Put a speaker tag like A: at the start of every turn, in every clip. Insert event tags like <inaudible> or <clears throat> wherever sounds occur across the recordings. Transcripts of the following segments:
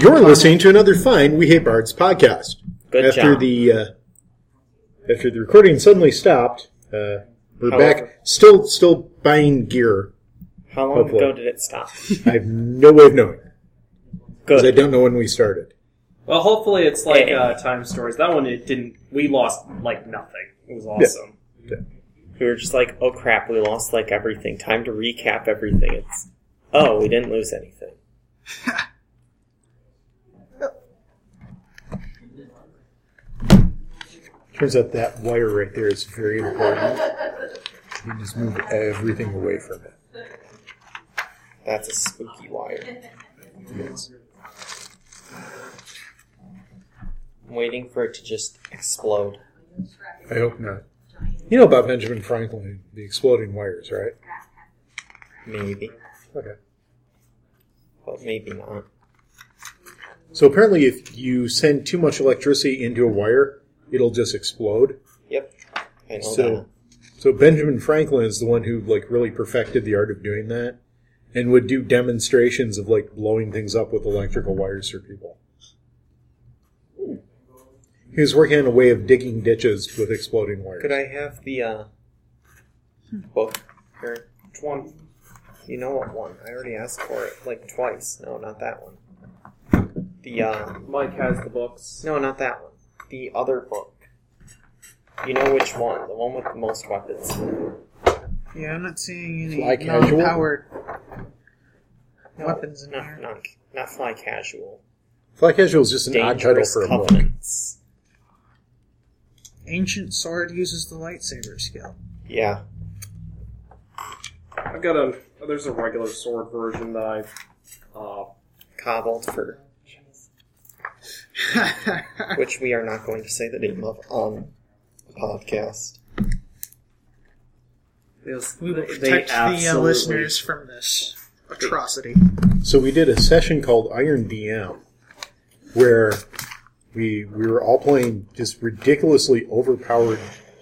A: You're listening to another fine We Hate Bards podcast.
B: Good
A: after
B: job.
A: the uh, after the recording suddenly stopped, uh, we're
B: However.
A: back. Still, still buying gear.
B: How long
A: Hopefully.
B: ago did it stop?
A: I have no way of knowing because I
B: Good.
A: don't know when we started.
C: Well, hopefully it's like
B: Yeah.
C: uh, time stories. That one it didn't. We lost like nothing. It was awesome.
B: We were just like, oh crap, we lost like everything. Time to recap everything. It's oh, we didn't lose anything.
A: Turns out that wire right there is very important. You just move everything away from it.
B: That's a spooky wire.
A: Yes.
B: I'm waiting for it to just explode.
A: I hope not. You know about Benjamin Franklin, the exploding wires, right?
B: Maybe.
A: Okay.
B: But maybe not.
A: So apparently, if you send too much electricity into a wire, it'll just explode.
B: Yep. I know
A: So, so Benjamin Franklin is the one who like really perfected the art of doing that, and would do demonstrations of like blowing things up with electrical wires for people. He was working on a way of digging ditches with exploding
B: that.
A: wires.
B: Could I have the uh book here?
C: Which one?
B: You know what one? I already asked for it like twice. No, not that one. The uh
C: Mike has the books.
B: No, not that one. The other book. You know which one? The one with the most weapons.
D: Yeah, I'm not seeing
A: Fly
D: any
A: casual?
D: non-powered
B: No,
D: weapons in
B: not,
D: here.
B: Not, not fly casual.
A: Fly Casual is just an odd title
B: Dangerous
A: for a book.
B: covenants.
D: Ancient sword uses the
A: <laughs>
D: lightsaber skill.
B: Yeah.
C: I've got a. There's a regular sword version that I. Uh,
B: Cobbled for which we are not going to say the name of on the podcast.
C: it was-
D: we will
C: they
D: protect the uh,
C: absolutely-
D: listeners from this atrocity.
A: So we did a session called Iron DM, where we we were all playing just ridiculously overpowered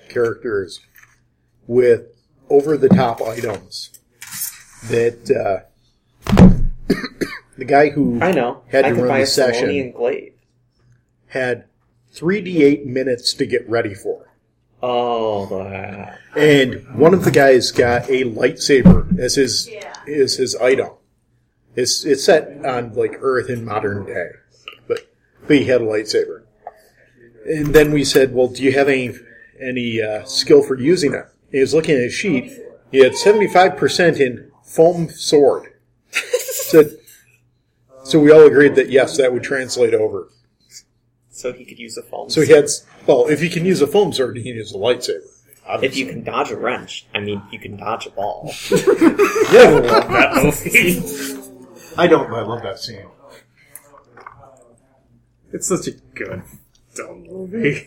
A: characters with over the top items that uh, <coughs> the guy who
B: I know.
A: Had
B: I
A: to
B: could
A: run
B: buy
A: the
B: a
A: session.
B: Solonian glaive.
A: had three d eight minutes to get ready for,
B: Oh, wow.
A: and one of the guys got a lightsaber as his is his item. It's it's set on like Earth in modern day, but but he had a lightsaber. And then we said, "Well, do you have any any uh, skill for using it?" He was looking at his sheet. He had seventy five percent in foam sword. so, so we all agreed that yes, that would translate over.
B: So he could use a foam.
A: So he had s- well, if you can use a foam sword, you can use a lightsaber.
B: If you can dodge a wrench, I mean, you can dodge a ball.
A: yeah, I love that movie. I don't. but I love that scene.
C: It's such a good, dumb movie.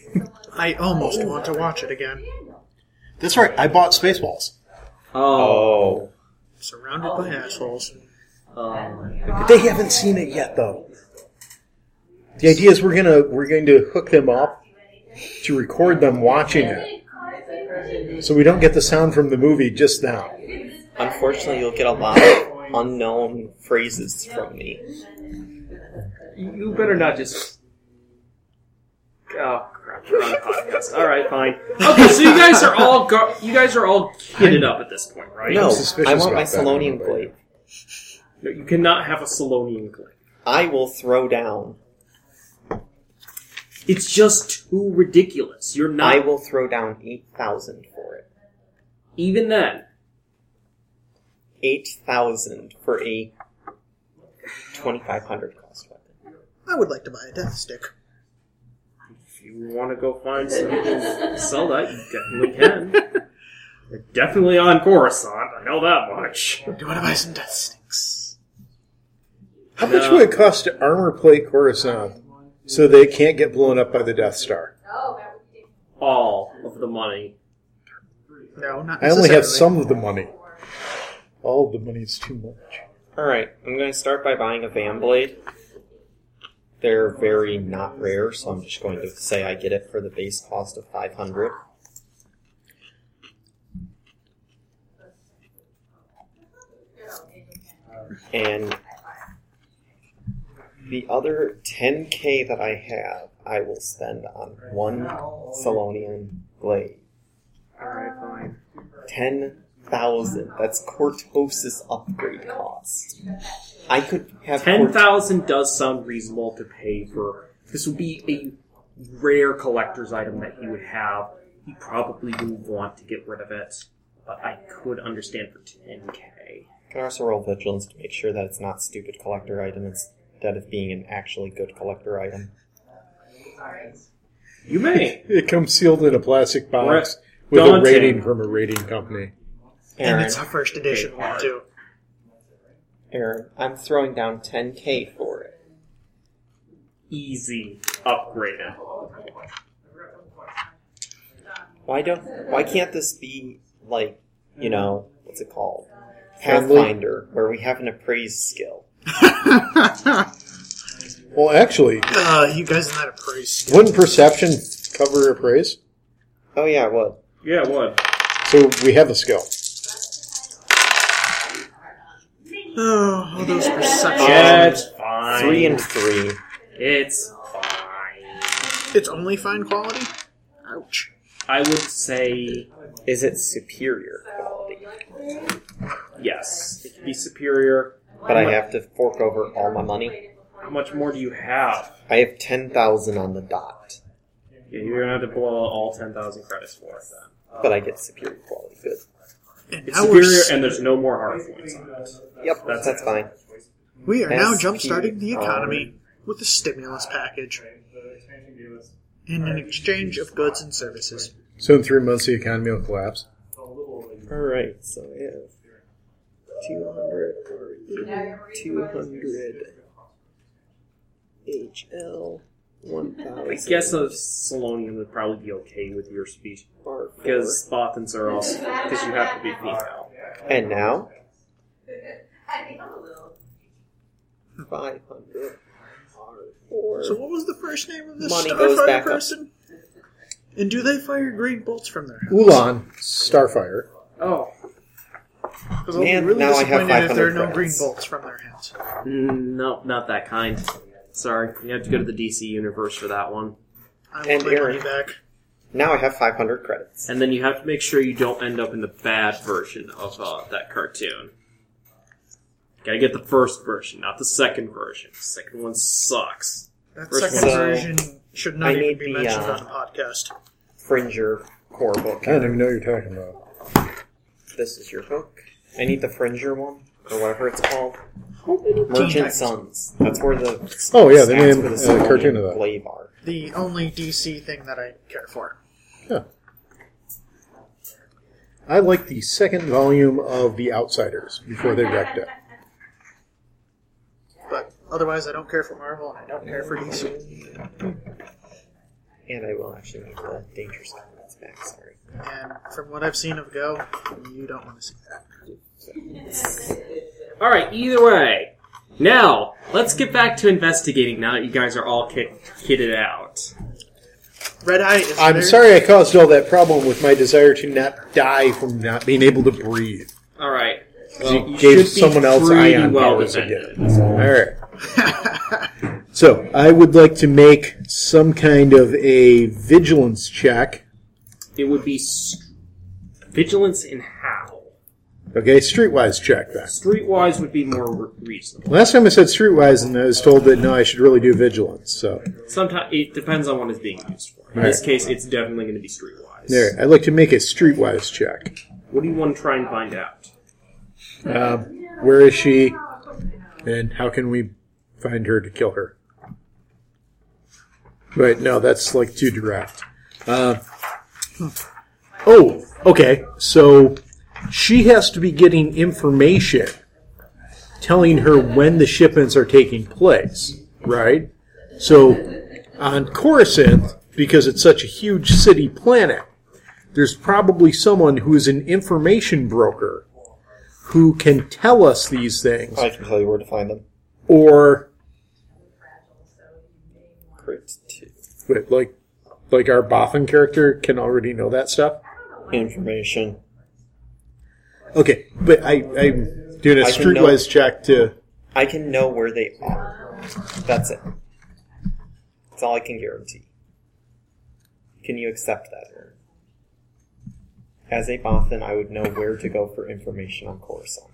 D: I almost want to watch it again.
A: That's right. I bought Spaceballs.
C: Oh.
B: <laughs> Oh.
D: Surrounded by assholes.
C: Um,
A: They haven't seen it yet, though. The idea is we're gonna we're going to hook them up to record them watching it, so we don't get the sound from the movie just now.
B: Unfortunately, you'll get a lot of unknown phrases from me.
C: you better not just. Oh crap! We're on a podcast. All right, fine. Okay, so you guys are <laughs> all gar- you guys are all kitted up at this point, right?
B: No,
A: suspicious
B: I want my
A: about that,
B: Solonian
A: but-
B: glaive.
C: No, you cannot have a Salonian clip.
B: I will throw down.
C: It's just too ridiculous. You're not
B: I will throw down 8,000 for it.
C: even then.
B: 8,000 for a 2,500 cost weapon.
D: I would like to buy a death stick.
C: If you want to go find some people
B: <laughs>
C: to sell that, you definitely can. They're definitely on Coruscant. I know that much.
D: Do you want to buy some death sticks?
A: How much would it cost to armor plate Coruscant so they can't get blown up by the Death Star?
C: All of the money.
D: No, not
A: I only have
D: necessarily.
A: some of the money. All of the money is too much.
B: Alright, I'm going to start by buying a Van Blade. They're very not rare, so I'm just going to say I get it for the base cost of 500. And The other 10k that I have, I will spend on one Salonian blade.
E: Alright, fine.
B: 10,000. That's Cortosis upgrade cost. I could have
E: Ten
B: Cort-
E: thousand does sound reasonable to pay for. This would be a rare collector's item that he would have. He probably wouldn't want to get rid of it, but I could understand for ten k.
B: Can I also roll vigilance to make sure that it's not stupid collector item instead of being an actually good collector item?
E: You may.
A: It comes sealed in a plastic box with a
E: Daunting.
A: rating from a rating company.
D: And
B: Aaron,
D: it's our first edition one, too. <laughs>
B: Aaron, I'm throwing down 10k for it.
E: Easy upgraded.
B: Why don't? Why can't this be like you know what's it called?
A: Friendly?
B: Pathfinder, where we have an appraise skill.
A: Well, actually,
D: Uh, you guys are not appraised.
A: wouldn't perception cover appraise?
B: Oh yeah, what?
E: Yeah, it would.
A: So we have a skill.
D: Oh, all those perceptions.
B: Yeah.
E: it's fine.
B: Three and three.
E: it's fine.
D: It's only fine quality? Ouch.
E: I would say
B: Is it superior quality?
E: yes. It could be superior.
B: But I have to fork over all my money.
E: How much more do you have?
B: I have ten thousand on the dot,
E: Yeah, you're gonna have to blow out all ten thousand credits for it then.
B: but I get superior quality. Good.
D: And
E: It's
D: now we're
E: superior,
D: s-
E: and there's no more hard points on it.
B: Yep, that's, that's fine.
D: we are now
B: SP,
D: jump-starting the
B: um,
D: economy with a stimulus package and an exchange of goods and services.
A: So in three months, the economy will collapse.
B: All right, so I have two hundred, two hundred, HL, one thousand.
E: I guess a Salonian would probably be okay with your speech
B: bar four.
E: because Bothans are also because you have to be female.
B: And now? 500. Or
D: So what was the first name of this
B: Money goes back up.
D: Starfire person? And do they fire green bolts from their house?
A: Ulan, Starfire.
E: Oh,
D: 'Cause I'll be
B: Man,
D: really
B: now I have
D: disappointed if there are
B: 500
D: no green
B: credits.
D: bolts from their house.
E: no, not that kind. Sorry, you have to go to the DC universe for that one,
D: I
B: And
D: want my
B: Aaron.
D: money back.
B: now I have 500 credits.
E: and then you have to make sure you don't end up in the bad version of uh, that cartoon. Gotta get the first version, not the second version. The second one sucks.
D: That
E: First
D: second
B: one. So,
D: version should not
B: I
D: even
B: need
D: be
B: the,
D: mentioned
B: uh,
D: on the podcast.
B: Fringer core book.
A: I don't even know what you're talking about.
B: This is your book. I need the Fringer one, or whatever it's called. Merchant
D: Titans.
B: Sons. That's where the
A: Oh, yeah, they
B: stats
A: made
B: for
A: a
B: Sylvanian
A: cartoon of that.
B: Glaive are.
D: The only DC thing that I care for.
A: I like the second volume of The Outsiders before they wrecked it.
D: But otherwise, I don't care for Marvel and I don't care for DC.
B: And I will actually need the Dangerous Elements back. Sorry.
D: And from what I've seen of Go, you don't want to see that.
E: All right. Either way, now let's get back to investigating. Now that you guys are all kit- kitted out.
D: Red Eye is.
A: I'm
D: very-
A: sorry I caused all that problem with my desire to not die from not being able to breathe.
E: All right.
A: You gave someone else
E: pretty
A: ion powers
E: defended.
A: All right. <laughs> So I would like to make some kind of a vigilance check.
E: It would be s- vigilance in how.
A: Okay, streetwise check then.
E: Streetwise would be more re- reasonable.
A: Last time I said streetwise, and I was told that no, I should really do vigilance. So
E: Sometimes it depends on what is being used for. In
A: All
E: this
A: right.
E: case, it's definitely going to be streetwise.
A: there, I'd like to make a streetwise check.
E: What do you want to try and find out?
A: Um, where is she? And how can we find her to kill her? Wait, no, that's like too direct. Uh, oh, okay. So she has to be getting information telling her when the shipments are taking place, right? So on Coruscant, because it's such a huge city planet, there's probably someone who is an information broker who can tell us these things
B: I can tell you where to find them.
A: or
B: Crit 2.
A: wait, like like our Boffin character can already know that stuff.
B: Information.
A: Okay, but I I'm doing a
B: I can know-
A: streetwise check to
B: I can know where they are. That's it. That's all I can guarantee. Can you accept that? Aaron? As a Bothan, I would know where to go for information on Coruscant.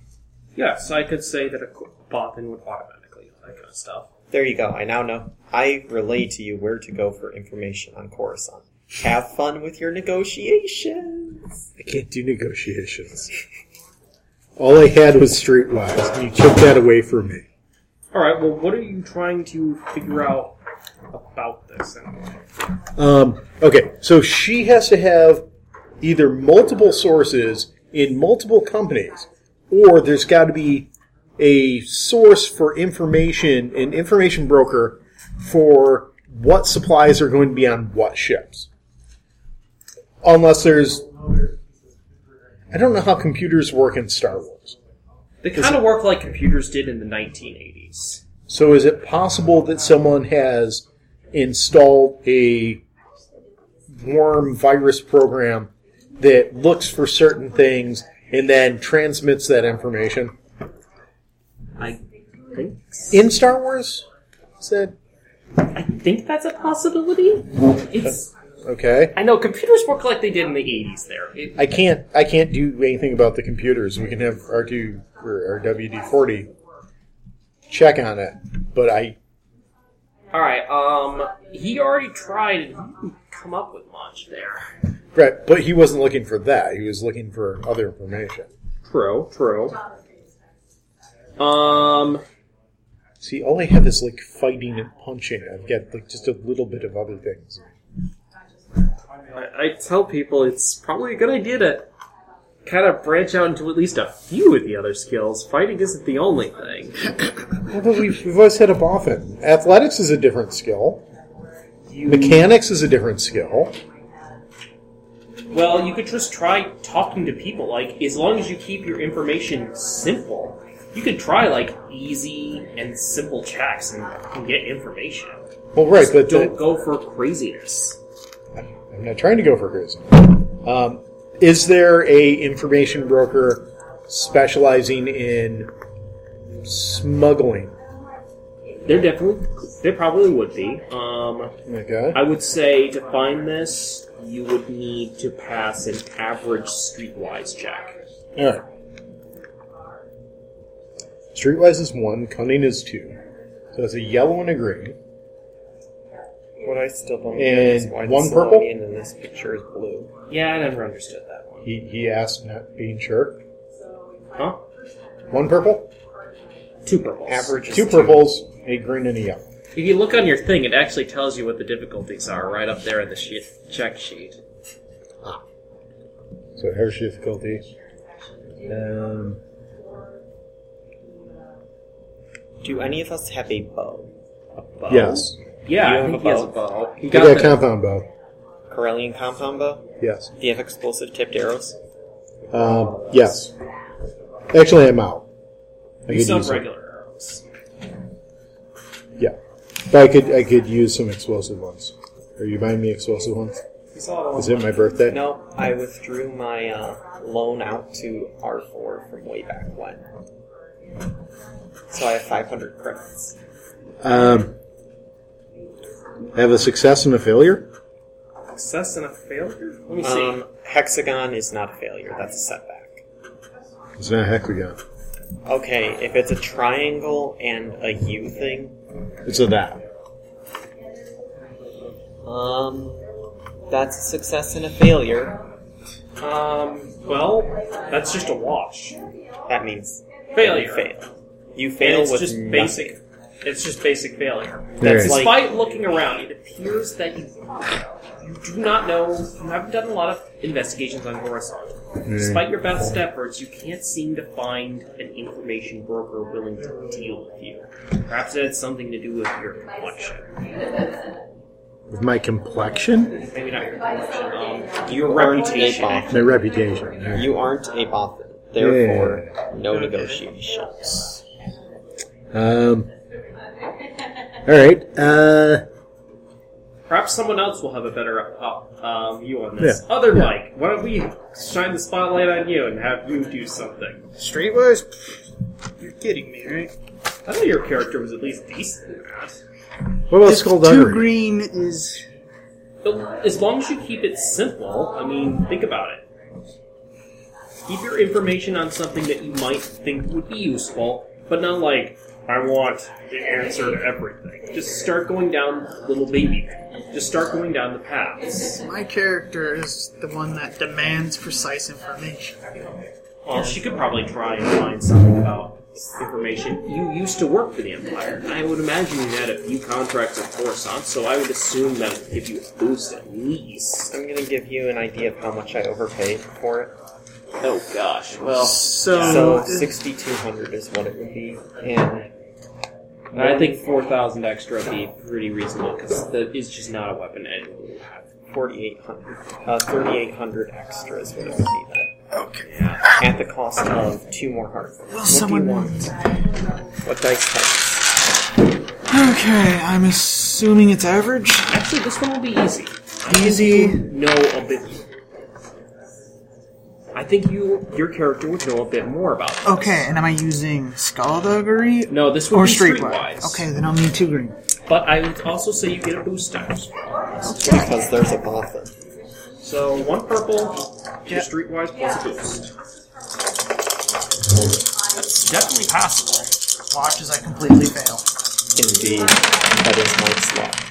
E: Yes, I could say that a co- boffin would automatically know that kind of stuff.
B: There you go. I now know. I relay to you where to go for information on Coruscant. Have fun with your negotiations.
A: I can't do negotiations. All I had was streetwise, and you took that away from me.
E: All right. Well, what are you trying to figure out about this? Anyway?
A: Um, okay, so she has to have either multiple sources in multiple companies, or there's got to be a source for information, an information broker for what supplies are going to be on what ships. Unless there's. I don't know how computers work in Star Wars.
E: They kind of work like computers did in the 1980s.
A: So is it possible that someone has installed a worm virus program that looks for certain things and then transmits that information
E: I think
A: in Star Wars? Said
E: I think that's a possibility. It's
A: okay.
E: I know computers work like they did in the 80s. There, it,
A: I can't. I can't do anything about the computers. We can have R two or WD forty check on it, but I
E: all right. Um, he already tried and he didn't come up with much there.
A: right. But he wasn't looking for that. He was looking for other information.
E: True. True. Um.
A: See, all I have is like fighting and punching. I've got like just a little bit of other things.
E: I, I tell people it's probably a good idea to kind of branch out into at least a few of the other skills. Fighting isn't the only thing.
A: Although we've, we've always hit up often. Athletics is a different skill.
E: You,
A: Mechanics is a different skill.
E: well, you could just try talking to people. Like, as long as you keep your information simple, you could try, like, easy and simple checks and, and get information.
A: Well, right, but
E: Don't
A: the,
E: go for craziness.
A: I'm not trying to go for cruising. Um, is there a information broker specializing in smuggling?
E: There definitely, there probably would be. Um,
A: Okay.
E: I would say to find this, you would need to pass an average streetwise check.
A: All right. Streetwise is one. Cunning is two. So it's a yellow and a green.
B: What I still don't get is
A: And
B: why
A: Eh, one
B: the
A: purple?
B: Solonian in this picture is blue.
E: Yeah, I never understood that one.
A: He, he asked, not being sure.
E: Huh?
A: One purple,
E: Two purples.
B: Average is
A: two purples, a green and a yellow.
E: If you look on your thing, it actually tells you what the difficulties are right up there in the she- check sheet.
A: So average difficulty. Um,
B: Do any of us have a bow?
E: A bow.
A: yes.
E: Yeah,
B: You
E: I
B: have
E: think
B: a
E: he has a
B: bow.
E: bow. He
A: You got a compound bow.
B: Corellian compound bow?
A: Yes.
B: Do you have explosive tipped arrows?
A: Um, yes. Actually, I'm out. I
E: you some
A: use some-
E: regular arrows.
A: Yeah, but I could I could use some explosive ones. Are you buying me explosive ones?
B: You saw
A: Is it my birthday?
B: No, I withdrew my uh, loan out to R4 from way back when. So I have 500 credits.
A: Um, I have a success and a failure.
E: Success and a failure? Let me see.
B: Um, hexagon is not a failure, that's a setback.
A: It's not a hexagon.
B: Okay, if it's a triangle and a U thing,
A: It's a that.
B: um, that's a success and a failure.
E: Um, well, that's just a wash.
B: That means
E: Failure.
B: You fail. You
E: And
B: fail
E: it's
B: with
E: just
B: nothing.
E: basic. It's just basic failure.
A: That's
B: like-
E: Despite looking around, it appears that you, you do not know. You haven't done a lot of investigations on Coruscant.
B: Mm.
E: Despite your best efforts, you can't seem to find an information broker willing to deal with you. Perhaps it had something to do with your complexion.
A: With my complexion,
E: Maybe not your complexion. Um, your
B: You aren't a
E: reputation.
B: bot.
A: my reputation. Yeah.
B: You aren't a bothan. Therefore, no negotiations.
A: Um. All right. Uh,
E: Perhaps someone else will have a better uh, uh, view on this. Other Mike, why don't we shine the spotlight on you and have you do something?
D: Streetwise? Pfft, You're kidding me, right?
E: I thought your character was at least decent at that.
A: What about
D: If Two
A: Skullduggery?
D: green is
E: But as long as you keep it simple, I mean, think about it. Keep your information on something that you might think would be useful, but not like, I want the answer to everything. Just start going down little baby. Just start going down the paths.
D: my character is the one that demands precise information.
E: Well, she could probably try and find something about information. You used to work for the Empire. I would imagine you had a few contracts with Coruscant, so I would assume that would give you a boost at least.
B: I'm gonna give you an idea of how much I overpaid for it.
E: Oh gosh, well.
D: So, uh,
B: So sixty-two hundred is what it would be, and
E: I think 4,000 extra would be pretty reasonable because that is just not a weapon anyone would have.
B: forty-eight hundred, uh, thirty-eight hundred extra is what it would be then,
D: okay.
B: at the cost of two more hearts. What
D: Will
B: do
D: someone?
B: you want? What dice type?
D: Okay, I'm assuming it's average.
E: Actually, this one will be easy.
D: Easy.
E: Know a bit. I think you, your character would know a bit more about this.
D: Okay, and am I using skullduggery
E: No, this would
D: or
E: be
D: streetwise?
E: streetwise.
D: Okay, then I'll need two green.
E: But I would also say you get a boost down.
B: Because there's a bother.
E: So one purple, your streetwise plus a boost. That's definitely possible.
D: Watch as I completely fail.
B: Indeed, that is Mike's luck.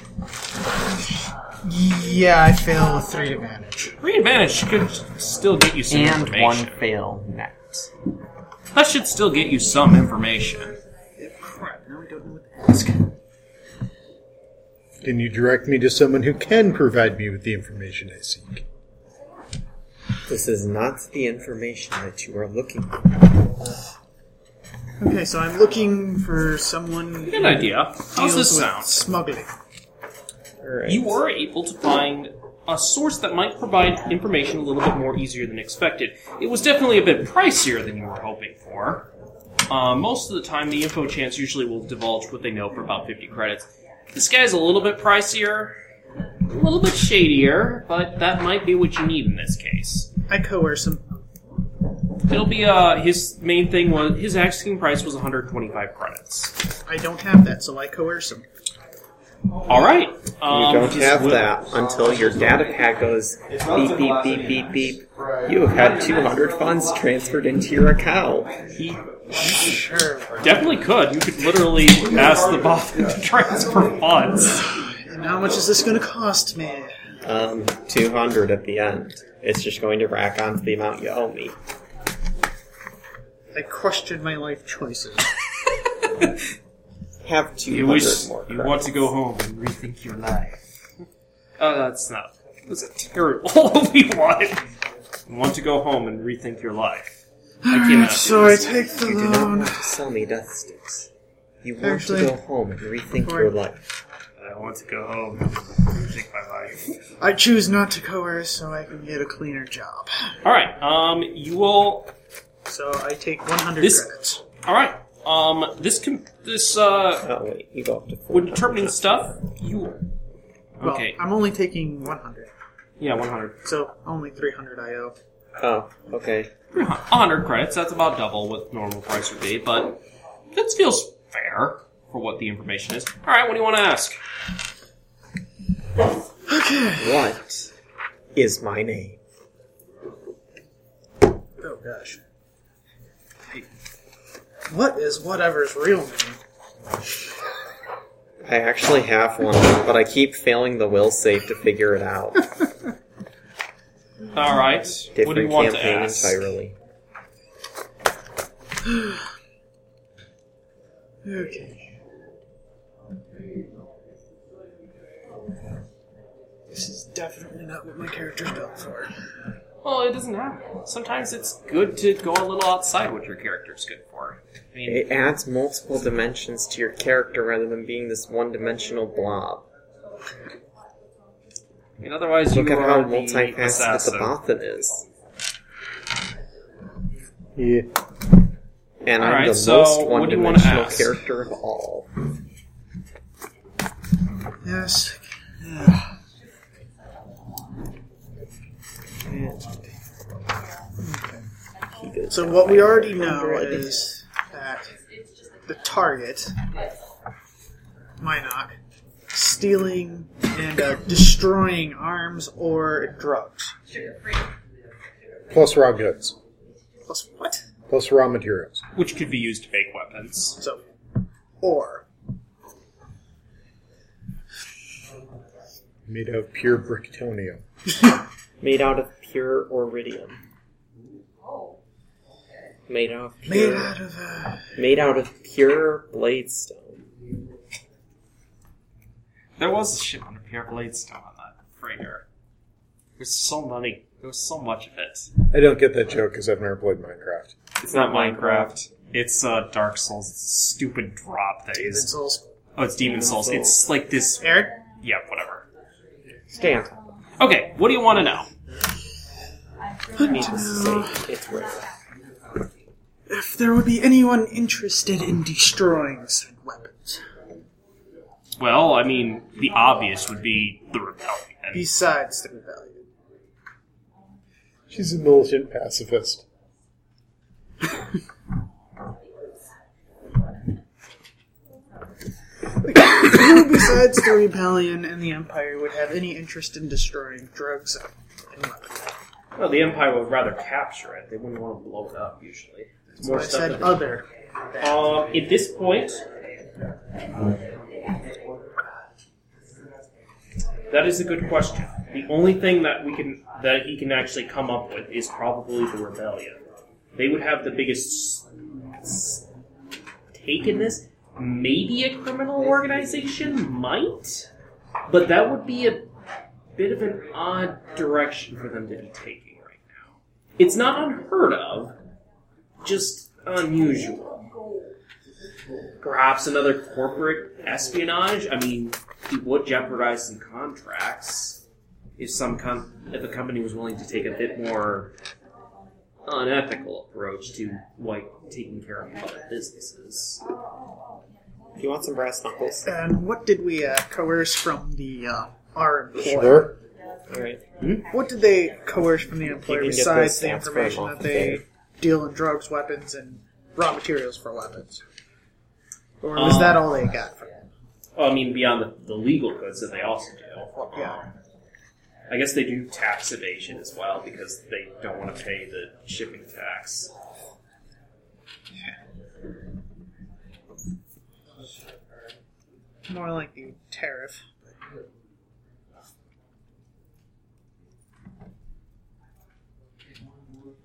D: Yeah, I fail with three advantage.
E: Three advantage could still get you some
B: And one
E: information.
B: fail net.
E: That should still get you some information.
A: Can you direct me to someone who can provide me with the information I seek?
B: This is not the information that you are looking for.
D: Okay, so I'm looking for someone.
E: Good idea. How's this sound?
D: Smuggling.
B: Alright.
E: You were able to find a source that might provide information a little bit more easier than expected. It was definitely a bit pricier than you were hoping for. Uh, most of the time, the info chance usually will divulge what they know for about 50 credits. This guy's a little bit pricier, a little bit shadier, but that might be what you need in this case.
D: I coerce him.
E: It'll be uh his main thing was his asking price was 125 credits.
D: I don't have that, so I coerce him.
E: All right.
B: You
E: Um,
B: don't
E: his
B: have
E: will-
B: that until your data pack goes beep beep beep beep beep. You have had 200 funds transferred into your account.
E: He
D: Sure.
E: definitely could. You could literally ask the boss to transfer funds.
D: And how much is this going to cost me?
B: Um, 200 at the end. It's just going to rack on to the amount you owe me.
D: I question my life choices.
B: Have 200
E: You wish
B: more.
E: you want to go home and rethink your life. Oh, that's not. That's a terrible <laughs> one. You want to go home and rethink your life. I cannot.
D: so I take the
B: You do not
D: loan.
B: want to sell me death sticks. You want
D: Actually-
B: to go home and rethink
D: Sorry.
B: your life.
E: I want to go home and rethink my life.
D: I choose not to coerce so I can get a cleaner job.
E: All right. Um, you will
D: So I take 100
E: This-
D: credits.
E: All right. Um, this com- this uh,
B: Oh wait, you go up to
E: when
B: 400.
E: determining stuff, you.
D: Well,
E: Okay.
D: I'm only taking 100,
E: Yeah, one hundred.
D: so only 300 I owe.
B: Oh, okay.
E: <laughs> hundred credits. That's about double what normal price would be, but that feels fair for what the information is. All right. What do you want to ask?
B: What is my name?
D: Oh gosh. What is whatever's real name?
B: I actually have one, but I keep failing the will save to figure it
E: <laughs>
B: out.
E: All right.
B: Different
E: what do you want to
B: campaign
E: ask?
B: entirely.
D: Okay. This is definitely not what my character's built for.
E: Well, it doesn't happen. Sometimes it's good to go a little outside what your character's good for. I mean,
B: It adds multiple dimensions to your character rather than being this one-dimensional blob.
E: I mean, otherwise
B: Look
E: you
B: at
E: are
B: how
E: the
B: multifaceted the
E: assassin.
B: Bothan is,
A: Yeah.
B: and I'm
E: Alright,
B: the
E: so
B: most
E: what do you wanna
B: one-dimensional
E: ask?
B: character of all.
D: Yes. So what we already know is that the target. Minoc. Stealing and uh, destroying arms or drugs.
A: Plus raw goods.
D: Plus what?
A: Plus raw materials.
F: which could be used to make weapons.
D: So, or
A: Made of pure bricktonium.
B: Made out of pure iridium. Made out of
D: made
B: pure,
D: out of uh,
B: made out of pure blade stone.
F: There was a shipment of pure bladestone on that freighter. There's so many. There was so much of it.
A: I don't get that joke because I've never played Minecraft.
F: It's not
B: Minecraft.
F: Minecraft. It's uh, Dark Souls. It's a stupid drop that
D: Demon
F: is.
D: Souls.
F: Oh, it's Demon Souls. It's like this.
D: Eric,
F: Yeah, whatever.
B: Stay on top.
F: Okay, what do you want to know?
B: Needless to say, it's rare.
D: if there would be anyone interested in destroying said weapons,
F: Well, I mean, the obvious would be the rebellion.
D: besides the rebellion,
A: She's a militant pacifist.
D: who <coughs> besides the rebellion and the empire would have any interest in destroying drugs and weapons?
E: Well, the Empire would rather capture it. They wouldn't want to blow it up, usually. It's more
D: I
E: stuff
D: said
E: than-
D: other.
E: Um, at this point, that is a good question. The only thing that we can that he can actually come up with is probably the rebellion. They would have the biggest s- stake in this. Maybe a criminal organization might, but that would be a bit of an odd direction for them to be taking right now. It's not unheard of, just unusual. Perhaps another corporate espionage. I mean, it would jeopardize some contracts if some com- if a company was willing to take a bit more unethical approach to like taking care of other businesses.
B: Do you want some brass knuckles?
D: And what did we uh, coerce from the uh, our employer?
A: Sure.
B: All right.
D: What did they coerce from the employer
B: You can get
D: besides
B: those
D: the
B: stats
D: information
B: from
D: that
B: off
D: they
B: there.
D: deal in drugs, weapons, and raw materials for weapons? Or
B: Uh,
D: was that all they got from them?
E: Well, I mean, beyond the, the legal goods that they also do. Um,
D: Yeah.
E: I guess they do tax evasion as well because they don't want to pay the shipping tax.
D: More like the tariff.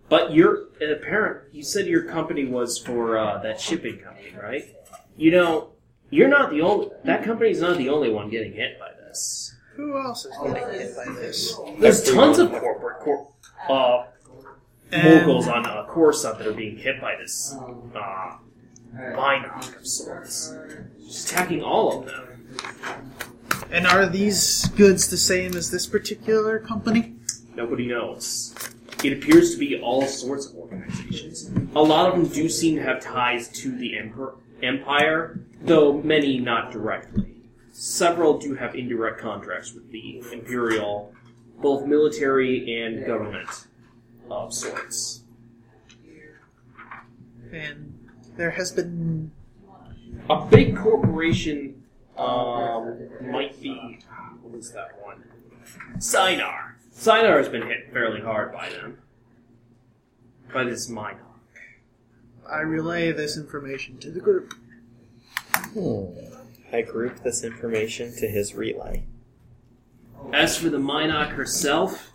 E: But your apparent, you said your company was for uh, that shipping company, right? You know, you're not the only. That company's not the only one getting hit by this.
D: Who else is getting hit by this?
E: There's tons of corporate cor- uh,
D: And-
E: moguls on uh, Coruscant that are being hit by this uh, binoc of sorts. Just attacking all of them.
D: And are these goods the same as this particular company?
E: Nobody knows. It appears to be all sorts of organizations. A lot of them do seem to have ties to the emper- empire, though many not directly. Several do have indirect contracts with the imperial, both military and government of sorts.
D: And there has been
E: A big corporation um, might be what is that one? Sinar. Sinar has been hit fairly hard by them. By this mine.
D: I relay this information to the group.
A: Hmm.
B: I group this information to his relay.
E: As for the Minok herself,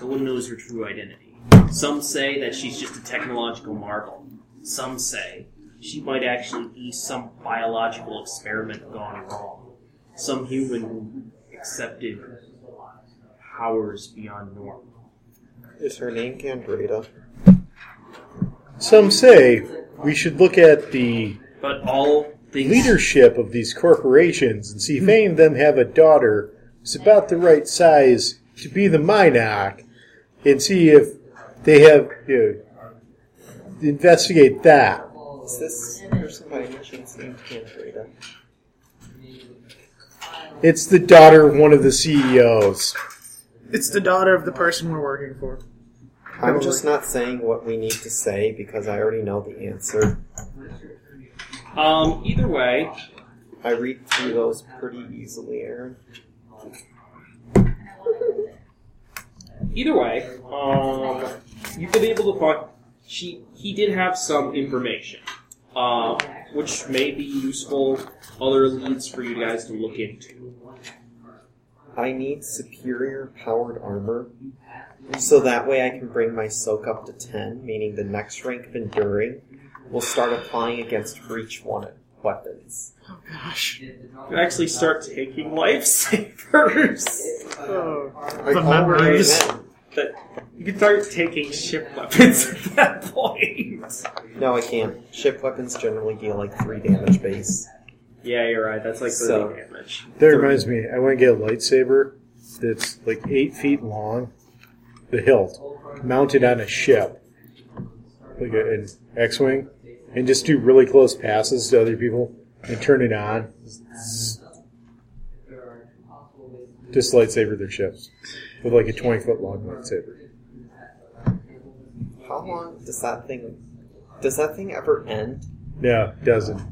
E: no one knows her true identity. Some say that she's just a technological marvel. Some say she might actually be some biological experiment gone wrong. Some human who accepted powers beyond normal.
B: Is her name Gandrita?
A: Some say we should look at the
E: But all things
A: leadership of these corporations and see if any of them have a daughter who's about the right size to be the Minoc and see if they have, you know, investigate that.
B: Is this person by any chance named Gandrita?
A: It's the daughter of one of the E CEOs.
D: It's the daughter of the person we're working for.
B: I'm just not saying what we need to say because I already know the answer.
E: Um, either way,
B: I read through those pretty easily, Aaron.
E: either way, um, you've been able to find. She he did have some information, uh, which may be useful. Other leads for you guys to look into.
B: I need superior powered armor. So that way I can bring my soak up to 10, meaning the next rank of enduring will start applying against breach one weapons.
D: Oh gosh.
E: You actually start taking lifesavers. <laughs>
D: Oh.
A: I
D: The
A: already,
D: memories.
E: That you can start taking ship weapons at that point.
B: No, I can't. Ship weapons generally deal like 3 damage base.
E: Yeah, you're right. That's like thirty
B: So-
E: damage.
A: that reminds me, I want to get a lightsaber that's like eight feet long, the hilt, mounted on a ship, like a, an X Wing, and just do really close passes to other people and turn it on. Just lightsaber their ships with like a 20 foot long lightsaber.
B: How long does that thing does that thing ever end?
A: Yeah, doesn't.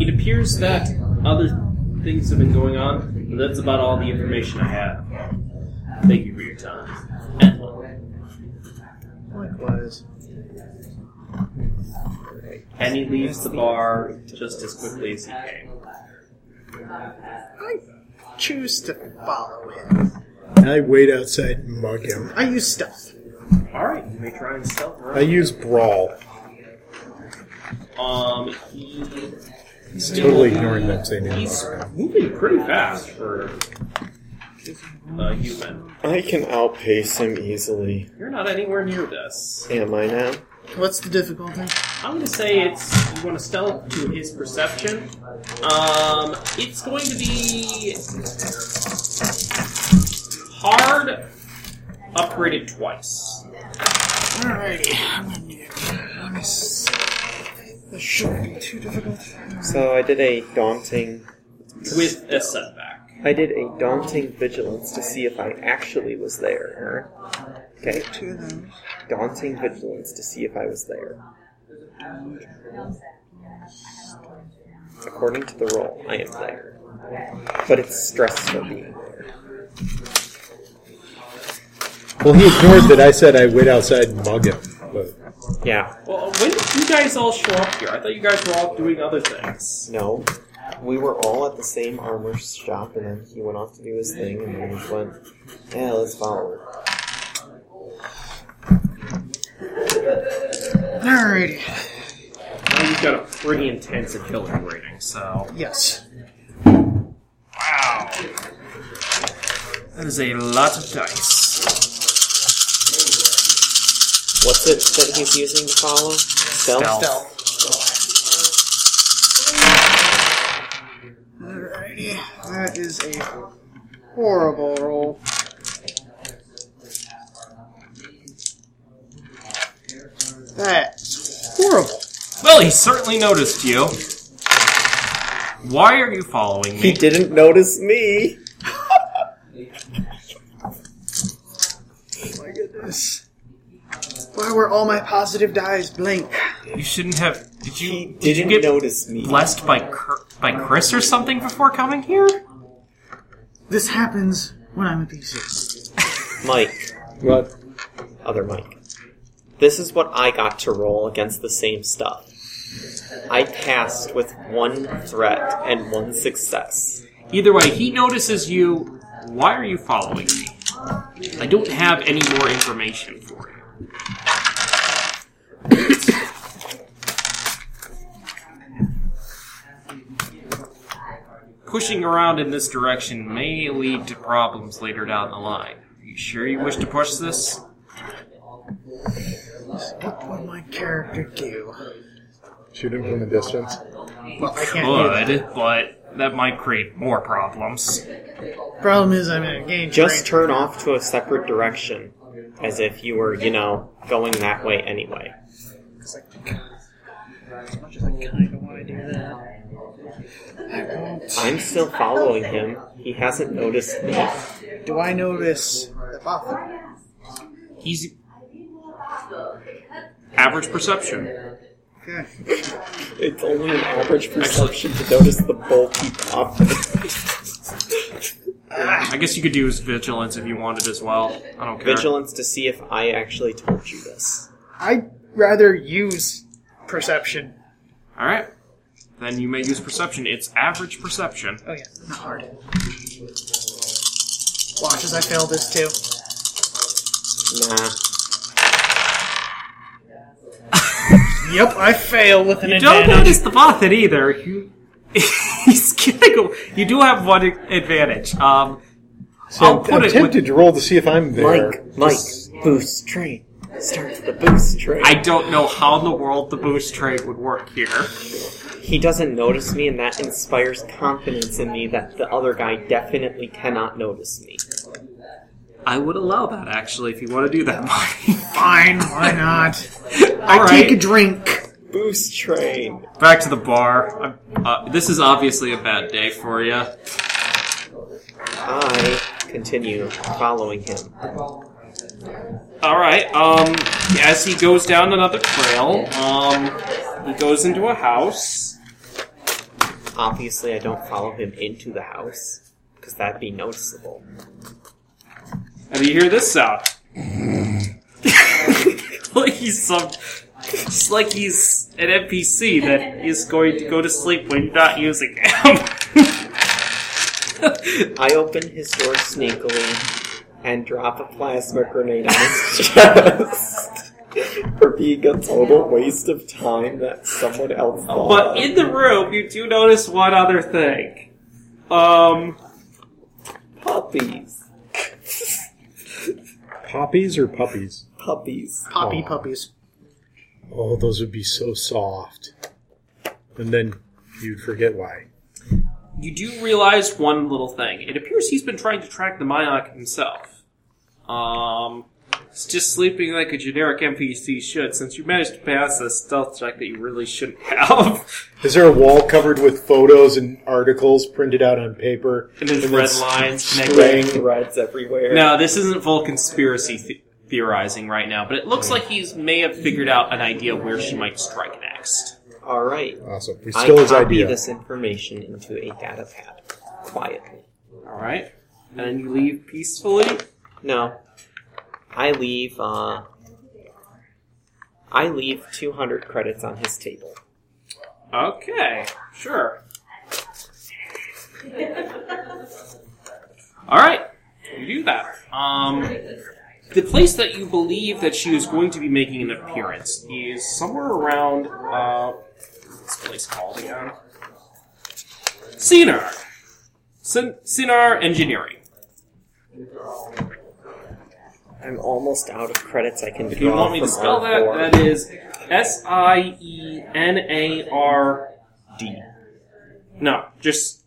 E: It appears that other things have been going on, but that's about all the information I have. Thank you for your time. Edwin,
D: Likewise.
E: And he leaves the bar just as quickly as he came.
D: I choose to follow him.
A: And I wait outside and mug him.
D: I use stealth.
E: Alright, you may try and stealth
A: I
E: around.
A: use brawl.
E: Um, he,
A: He's totally ignoring that saying
E: he's
A: anything.
E: moving pretty fast for a human.
B: I can outpace him easily.
E: You're not anywhere near this.
B: Am I now?
D: What's the difficulty?
E: I'm gonna say it's you want to stealth to his perception. Um, it's going to be hard upgraded twice.
D: Alrighty. I'm gonna need it. Let me see. This shouldn't be too difficult.
B: So I did a daunting
E: with a setback.
B: I did a daunting vigilance to see if I actually was there, Aaron. Okay,
D: Two of them.
B: daunting vigilance to see if I was there. According to the roll, I am there. But it's stressful being there.
A: Well, he ignored that I said I wait outside and mug him. But
B: Yeah,
E: Well, when did you guys all show up here? I thought you guys were all doing other things.
B: no. We were all at the same armor shop, and then he went off to do his thing, and then we went, yeah, let's follow her.
D: Alrighty.
E: Now you've got a pretty intense Achilles rating, so.
D: Yes.
C: Wow.
E: That is a lot of dice.
B: What's it that he's using to follow? Stealth?
C: Stealth.
D: Stealth. Alrighty. That is a horrible roll. That's horrible. Oh
C: Well, he certainly noticed you. Why are you following
B: He
C: me?
B: didn't notice me!
D: My goodness. Why were all my positive dies blank?
C: You shouldn't have. Did
B: He
C: you? Did you
B: didn't
C: get
B: notice me.
C: blessed by Cur- by Chris or something before coming here?
D: This happens when I'm a PC.
B: Mike,
A: what?
B: other Mike. This is what I got to roll against the same stuff. I passed with one threat and one success.
C: Either way, he notices you. Why are you following me? I don't have any more information for you. Pushing around in this direction may lead to problems later down the line. Are you sure you wish to push this?
D: What would my character do?
A: Shoot him from a distance.
D: Well, I can't do that.
C: Could, but that might create more problems.
D: Problem is, I'm in a game.
B: Just turn off to a separate direction, as if you were, you know, going that way anyway.
D: as much as I kind of want to do that.
B: I'm still following him. He hasn't noticed me.
D: Do I notice the buff?
C: He's
E: Average perception.
D: Okay.
B: It's only an average perception to notice the bulky coffin.
E: I guess you could do his vigilance if you wanted as well. I don't care.
B: Vigilance to see if I actually told you this.
D: I'd rather use perception.
E: All right. Then you may use perception. It's average perception.
D: Oh yeah, not hard. Watch as I fail this too.
B: Nah.
D: Yep, I fail with an
E: Don't
D: advantage.
E: notice the Bothan either. <laughs> You, he's gonna go. You do have one advantage. Um,
A: See,
E: I'll
A: I'm,
E: put
A: I'm
E: it
A: tempted to roll to see if I'm there.
B: Mike, Mike, boost train. Start the boost train.
E: I don't know how in the world the boost trade would work here.
B: he doesn't notice me, and that inspires confidence in me that the other guy definitely cannot notice me.
E: I would allow that actually if you want to do <laughs> that, Mike.
D: <laughs> Fine, why not? I
E: All
D: take a
E: right.
D: drink.
B: Boost train.
E: Back to the bar. I'm- Uh, this is obviously a bad day for you.
B: I continue following him.
E: All right. Um, as he goes down another trail, um, he goes into a house.
B: Obviously, I don't follow him into the house because that'd be noticeable.
E: And you hear this sound. <laughs> like he's some. It's like he's an NPC that is going to go to sleep when you're not using him. <laughs>
B: I open his door sneakily and drop a plasma grenade on his <laughs> chest for being a total waste of time that someone else.
E: but in the room, you do notice one other thing. Um,
B: puppies,
A: Poppies or puppies?
B: puppies.
D: Poppy
A: Aw.
D: puppies.
A: Oh, those would be so soft. And then you'd forget why.
E: you do realize one little thing. It appears he's been trying to track the Mayak himself. Um, he's just sleeping like a generic NPC should, since you managed to pass a stealth check that you really shouldn't <laughs> have.
A: Is there a wall covered with photos and articles printed out on paper?
E: And there's
A: And
E: red
A: it's
E: lines
A: string.
E: connecting.
B: Red threads everywhere.
E: No, this isn't full conspiracy th- theorizing right now, but it looks like he's may have figured out an idea where she might strike next.
B: All right.
A: Awesome. It's
B: I
A: still his
B: copy
A: idea.
B: this information into a data pad quietly.
E: All right, and then you leave peacefully.
B: No, I leave. Uh, I leave two hundred credits on his table.
E: Okay, sure. All right, you do that. Um, the place that you believe that she is going to be making an appearance is somewhere around uh, what's this place called again? Sinar. Sin- Sinar Engineering.
B: I'm almost out of credits. I can.
E: If you
B: draw
E: want me to
B: from
E: spell that,
B: R4.
E: that is S I E N A R D. No, just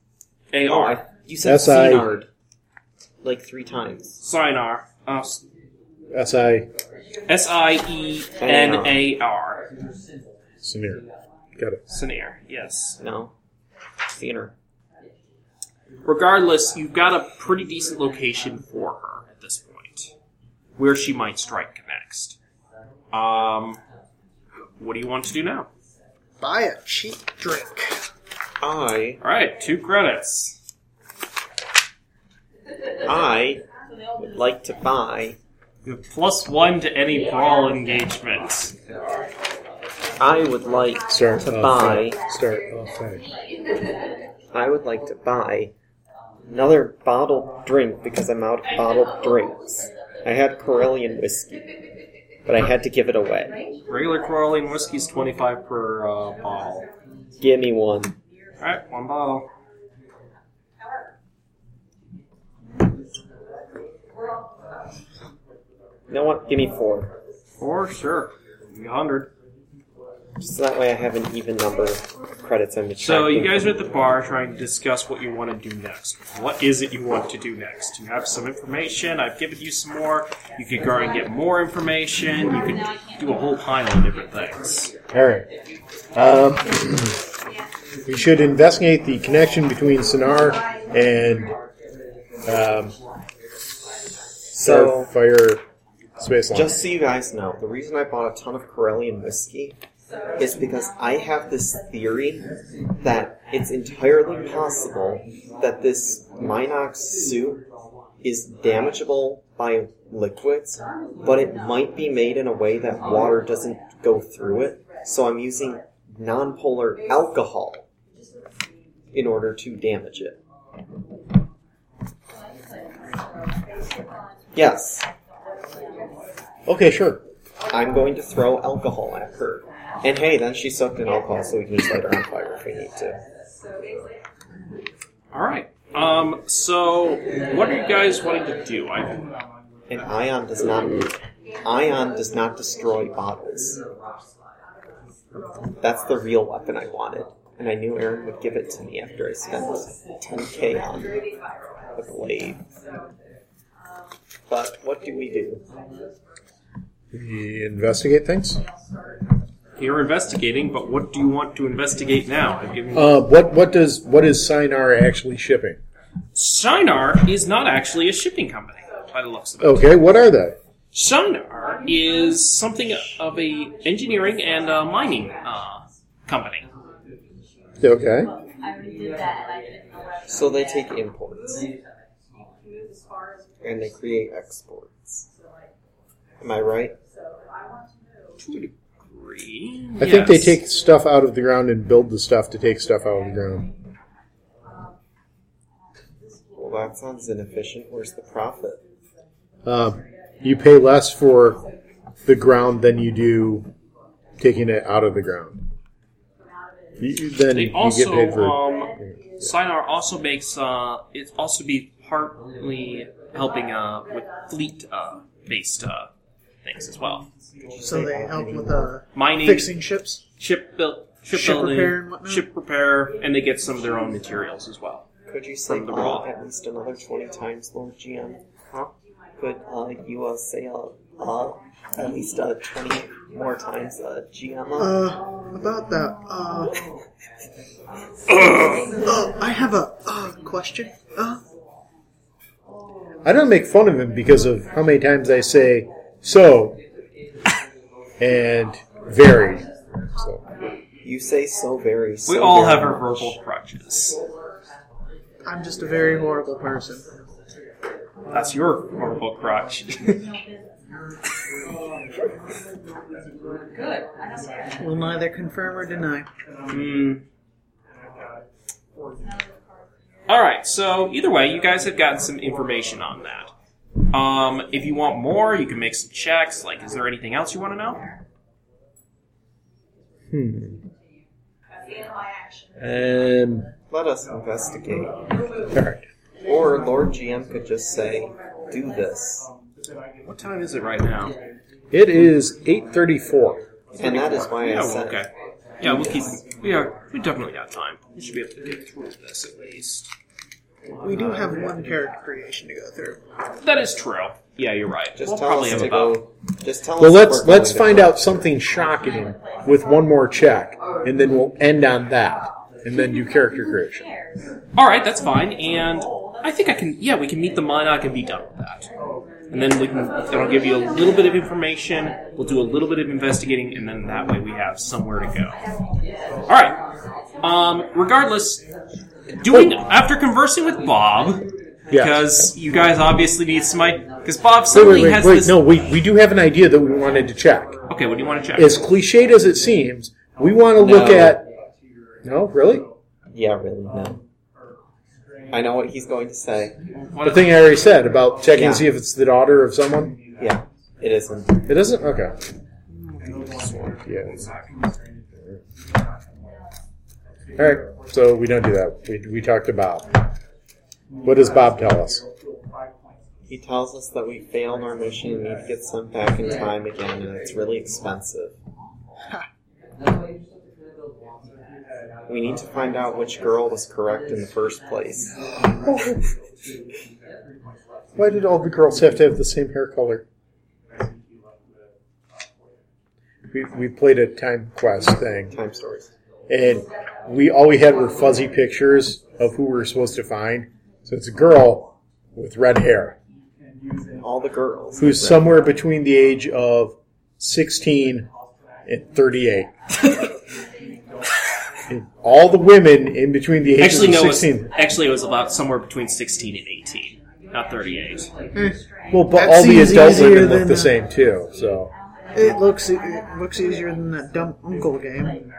E: A
B: Oh, I,
E: R.
B: you said
A: S I-
B: Cnard like three times.
E: Sinar. Uh,
A: S I
E: S I E N A R.
A: Samir. Got it.
E: Sinar, yes.
B: No, Cnard.
E: Regardless, you've got a pretty decent location for her at this point, where she might strike next. Um, what do you want to do now?
D: Buy a cheap drink.
B: I
E: All right, two credits.
B: I would like to buy.
E: You have plus one to any brawl engagement.
B: I would like
A: Start
B: to
A: off
B: buy.
A: right. Start off right.
B: I would like to buy another bottled drink because I'm out of bottled drinks. I had Corellian whiskey, but I had to give it away.
E: Regular quarreling whiskey's twenty five per uh, bottle.
B: Give me one.
E: All right, one bottle.
B: You know what? Give me four.
E: Four, sure. hundred.
B: Just that way I have an even number of credits I'm
E: So you
B: subtracting
E: guys are
B: from-
E: at the bar trying to discuss what you want to do next. What is it you want to do next? You have some information. I've given you some more. You could go and get more information. You could do a whole pile of different things.
A: All right. Um, <clears throat> we should investigate the connection between Sinar and um,
B: So
A: Starfire Space line.
B: Just so you guys know, the reason I bought a ton of Corellian whiskey is because I have this theory that it's entirely possible that this Minox soup is damageable by liquids, but it might be made in a way that water doesn't go through it. So I'm using nonpolar alcohol in order to damage it. Yes.
A: okay, sure.
B: I'm going to throw alcohol at her. And hey, then she soaked in alcohol, so we can just light her on fire if we need to.
E: All right. Um, so what are you guys wanting to do? I,
B: And ion does not ion does not destroy bottles. That's the real weapon I wanted, and I knew Aaron would give it to me after I spent 10k on the blade. But what do we do?
A: You investigate things.
E: you're investigating, but what do you want to investigate now? I've given
A: Uh, what what does what is Sinar actually shipping?
E: Shinar is not actually a shipping company, by the looks of it.
A: Okay, what are they?
E: Shinar is something of a engineering and uh, mining uh, company.
A: Okay,
B: So they take imports and they create exports. Am I right?
E: To a degree,
A: I think they
E: yes.
A: take stuff out of the ground and build the stuff to take stuff out of the ground.
B: Well, that sounds inefficient. Where's the profit?
A: Uh, you pay less for the ground than you do taking it out of the ground. You, you- then
E: They
A: you
E: also
A: get paid for.
E: um, Sinar also makes uh, it also be partly helping uh, with fleet uh, based uh, things as well.
D: So they help with uh,
E: Mining,
D: fixing ships.
E: ship built, ship,
D: Ship
E: building,
D: repair and whatnot?
E: ship repair, and they get some of their own materials as well.
B: Could you say
E: From the
B: uh,
E: raw.
B: at least another 20 times, Lord GM? Huh? Could uh, you uh, say uh, uh, at least uh, 20 more times, uh, GM? Uh,
D: Uh, about that. Uh, uh, I have a uh, question. Uh,
A: I don't make fun of him because of how many times I say
E: <laughs>
A: so and very. So,
B: you say so very, so
E: We all
B: very
E: have our
B: much.
E: verbal crutches.
D: I'm just a very horrible person.
E: That's your verbal crutch. <laughs>
D: Will neither confirm or deny.
E: Hmm. All right. So either way, you guys have gotten some information on that. Um, if you want more, you can make some checks. Like, is there anything else you want to know?
A: um,
B: Let us investigate.
A: all right.
B: Or Lord GM could just say, do this.
E: What time is it right now?
A: It is eight thirty-four.
B: And that is why I
E: Yeah.
B: said
E: Okay. Yeah, we'll keep. We are. We definitely got time. We should be able to get through this at least.
D: We do have one character creation to go through.
E: That is true. Yeah, you're right.
B: Just
E: we'll
B: tell
E: probably
B: us
E: have
B: to
E: about.
B: go. Just tell
A: Well,
B: us.
A: let's
B: we're going
A: let's
B: to
A: find
B: go.
A: out something shocking with one more check, and then we'll end on that, and then do character creation.
E: All right, that's fine. And I think I can. Yeah, we can meet the Monarch and be done with that. And then we can. Then I'll give you a little bit of information. We'll do a little bit of investigating, and then that way we have somewhere to go. All right. Um. Regardless, doing after conversing with Bob.
A: Oh. Yeah.
E: Because you guys obviously need some Because Bob
A: Wait,
E: suddenly
A: wait, wait,
E: has
A: wait.
E: this.
A: No, we we do have an idea that we wanted to check.
E: Okay, what do you want to check?
A: As cliched as it seems, we want to look
B: No.
A: at. No, really.
B: Yeah, really,
E: Um,
B: no. I know what he's going to say.
E: What-
A: The thing I already said about checking
B: Yeah.
A: to see if it's the daughter of someone.
B: Yeah, it isn't.
A: It isn't? Okay. Yeah. Alright, so we don't do that. We, we talked to Bob. What does Bob tell us?
B: He tells us that we failed our mission and need to get sent back in time again, and it's really expensive. We need to find out which girl was correct in the first place.
A: Why did all the girls have to have the same hair color? We, we played a time quest thing,
B: Time stories.
A: and we all we had were fuzzy pictures of who we were supposed to find. So it's a girl with red hair.
B: all the girls.
A: who's somewhere between the age of 16 and 38. And all the women in between the ages
E: Actually,
A: of
E: no. It was,
A: 16.
E: actually, it was about somewhere between 16 and 18, not 38.
D: Hmm.
A: well, but
D: That
A: all the
D: seems
A: adult
D: easier
A: women look
D: than,
A: the
D: uh,
A: same too. So
D: It looks it looks easier than that dumb uncle game,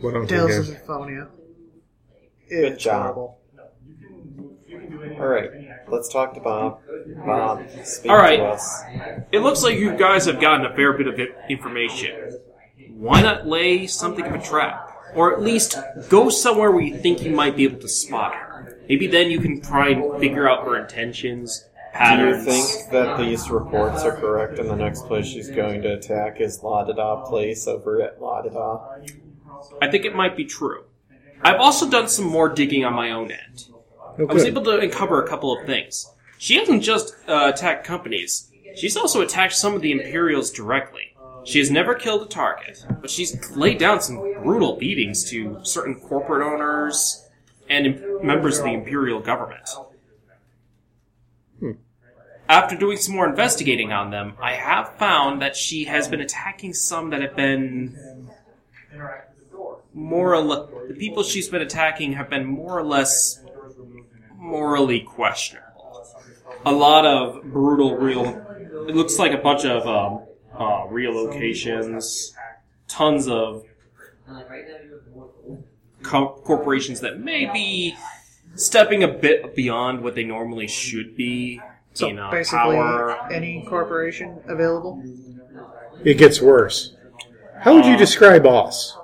A: what I'm
D: Tales of
A: thinking-
D: Symphonia.
B: Good
D: It's
B: job.
D: horrible.
B: All right, let's talk to Bob. Bob, speak
E: All right.
B: to us.
E: It looks like you guys have gotten a fair bit of i- information. Why not lay something of a trap? Or at least go somewhere where you think you might be able to spot her. Maybe then you can try and figure out her intentions,
B: Do you
E: patterns.
B: think that these reports are correct and the next place she's going to attack is La Da Da Place over at La Da Da?
E: I think it might be true. I've also done some more digging on my own end.
A: Oh,
E: I was
A: good.
E: able to uncover a couple of things. She hasn't just uh, attacked companies, she's also attacked some of the Imperials directly. She has never killed a target, but she's laid down some brutal beatings to certain corporate owners and im- members of the Imperial government. After doing some more investigating on them, I have found that she has been attacking some that have been more or less the people she's been attacking have been more or less morally questionable. A lot of brutal real. It looks like a bunch of um, uh, relocations, tons of co- corporations that may be stepping a bit beyond what they normally should be.
D: So
E: in, uh,
D: basically,
E: power.
D: any corporation available.
A: It gets worse. How would you describe us?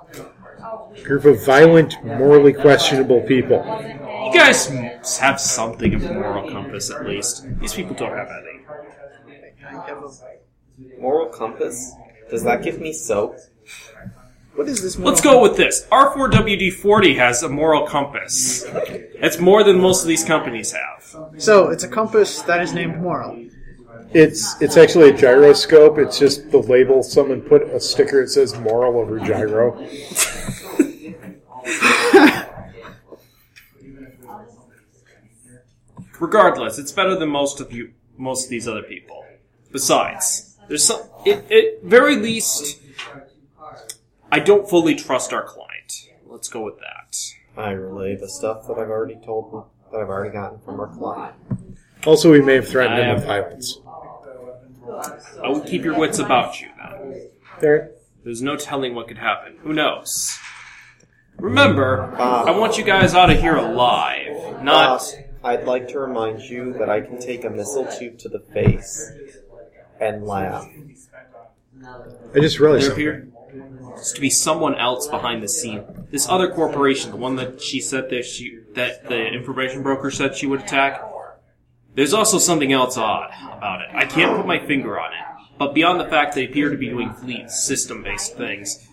A: Group of violent, morally questionable people.
E: You guys m- have something of a moral compass, at least. These people don't have any.
D: I have a-
B: Moral compass? Does that give me soap?
D: What is this?
E: Let's
D: moral-
E: go with this. R4WD40 has a moral compass. It's more than most of these companies have.
D: So it's a compass that is named moral.
A: It's it's actually a gyroscope. It's just the label. Someone put a sticker that says "moral over gyro."
E: Regardless, it's better than most of you, most of these other people. Besides, there's some. It, at very least, I don't fully trust our client. Let's go with that.
B: I relay the stuff that I've already told, that I've already gotten from our client.
A: Also, we may have threatened
E: I
A: them with
E: am-
A: violence.
E: I will keep your wits about you. Then.
A: There.
E: There's no telling what could happen. Who knows? Remember,
B: Ah.
E: I want you guys out of here alive, not.
B: Bob, I'd like to remind you that I can take a missile tube to the face and laugh.
A: I just realized
E: There
A: something.
E: appear- appears to be someone else behind the scene. This other corporation, the one that she said that she that the information broker said she would attack. There's also something else odd about it. I can't put my finger on it, but beyond the fact they appear to be doing fleet system-based things,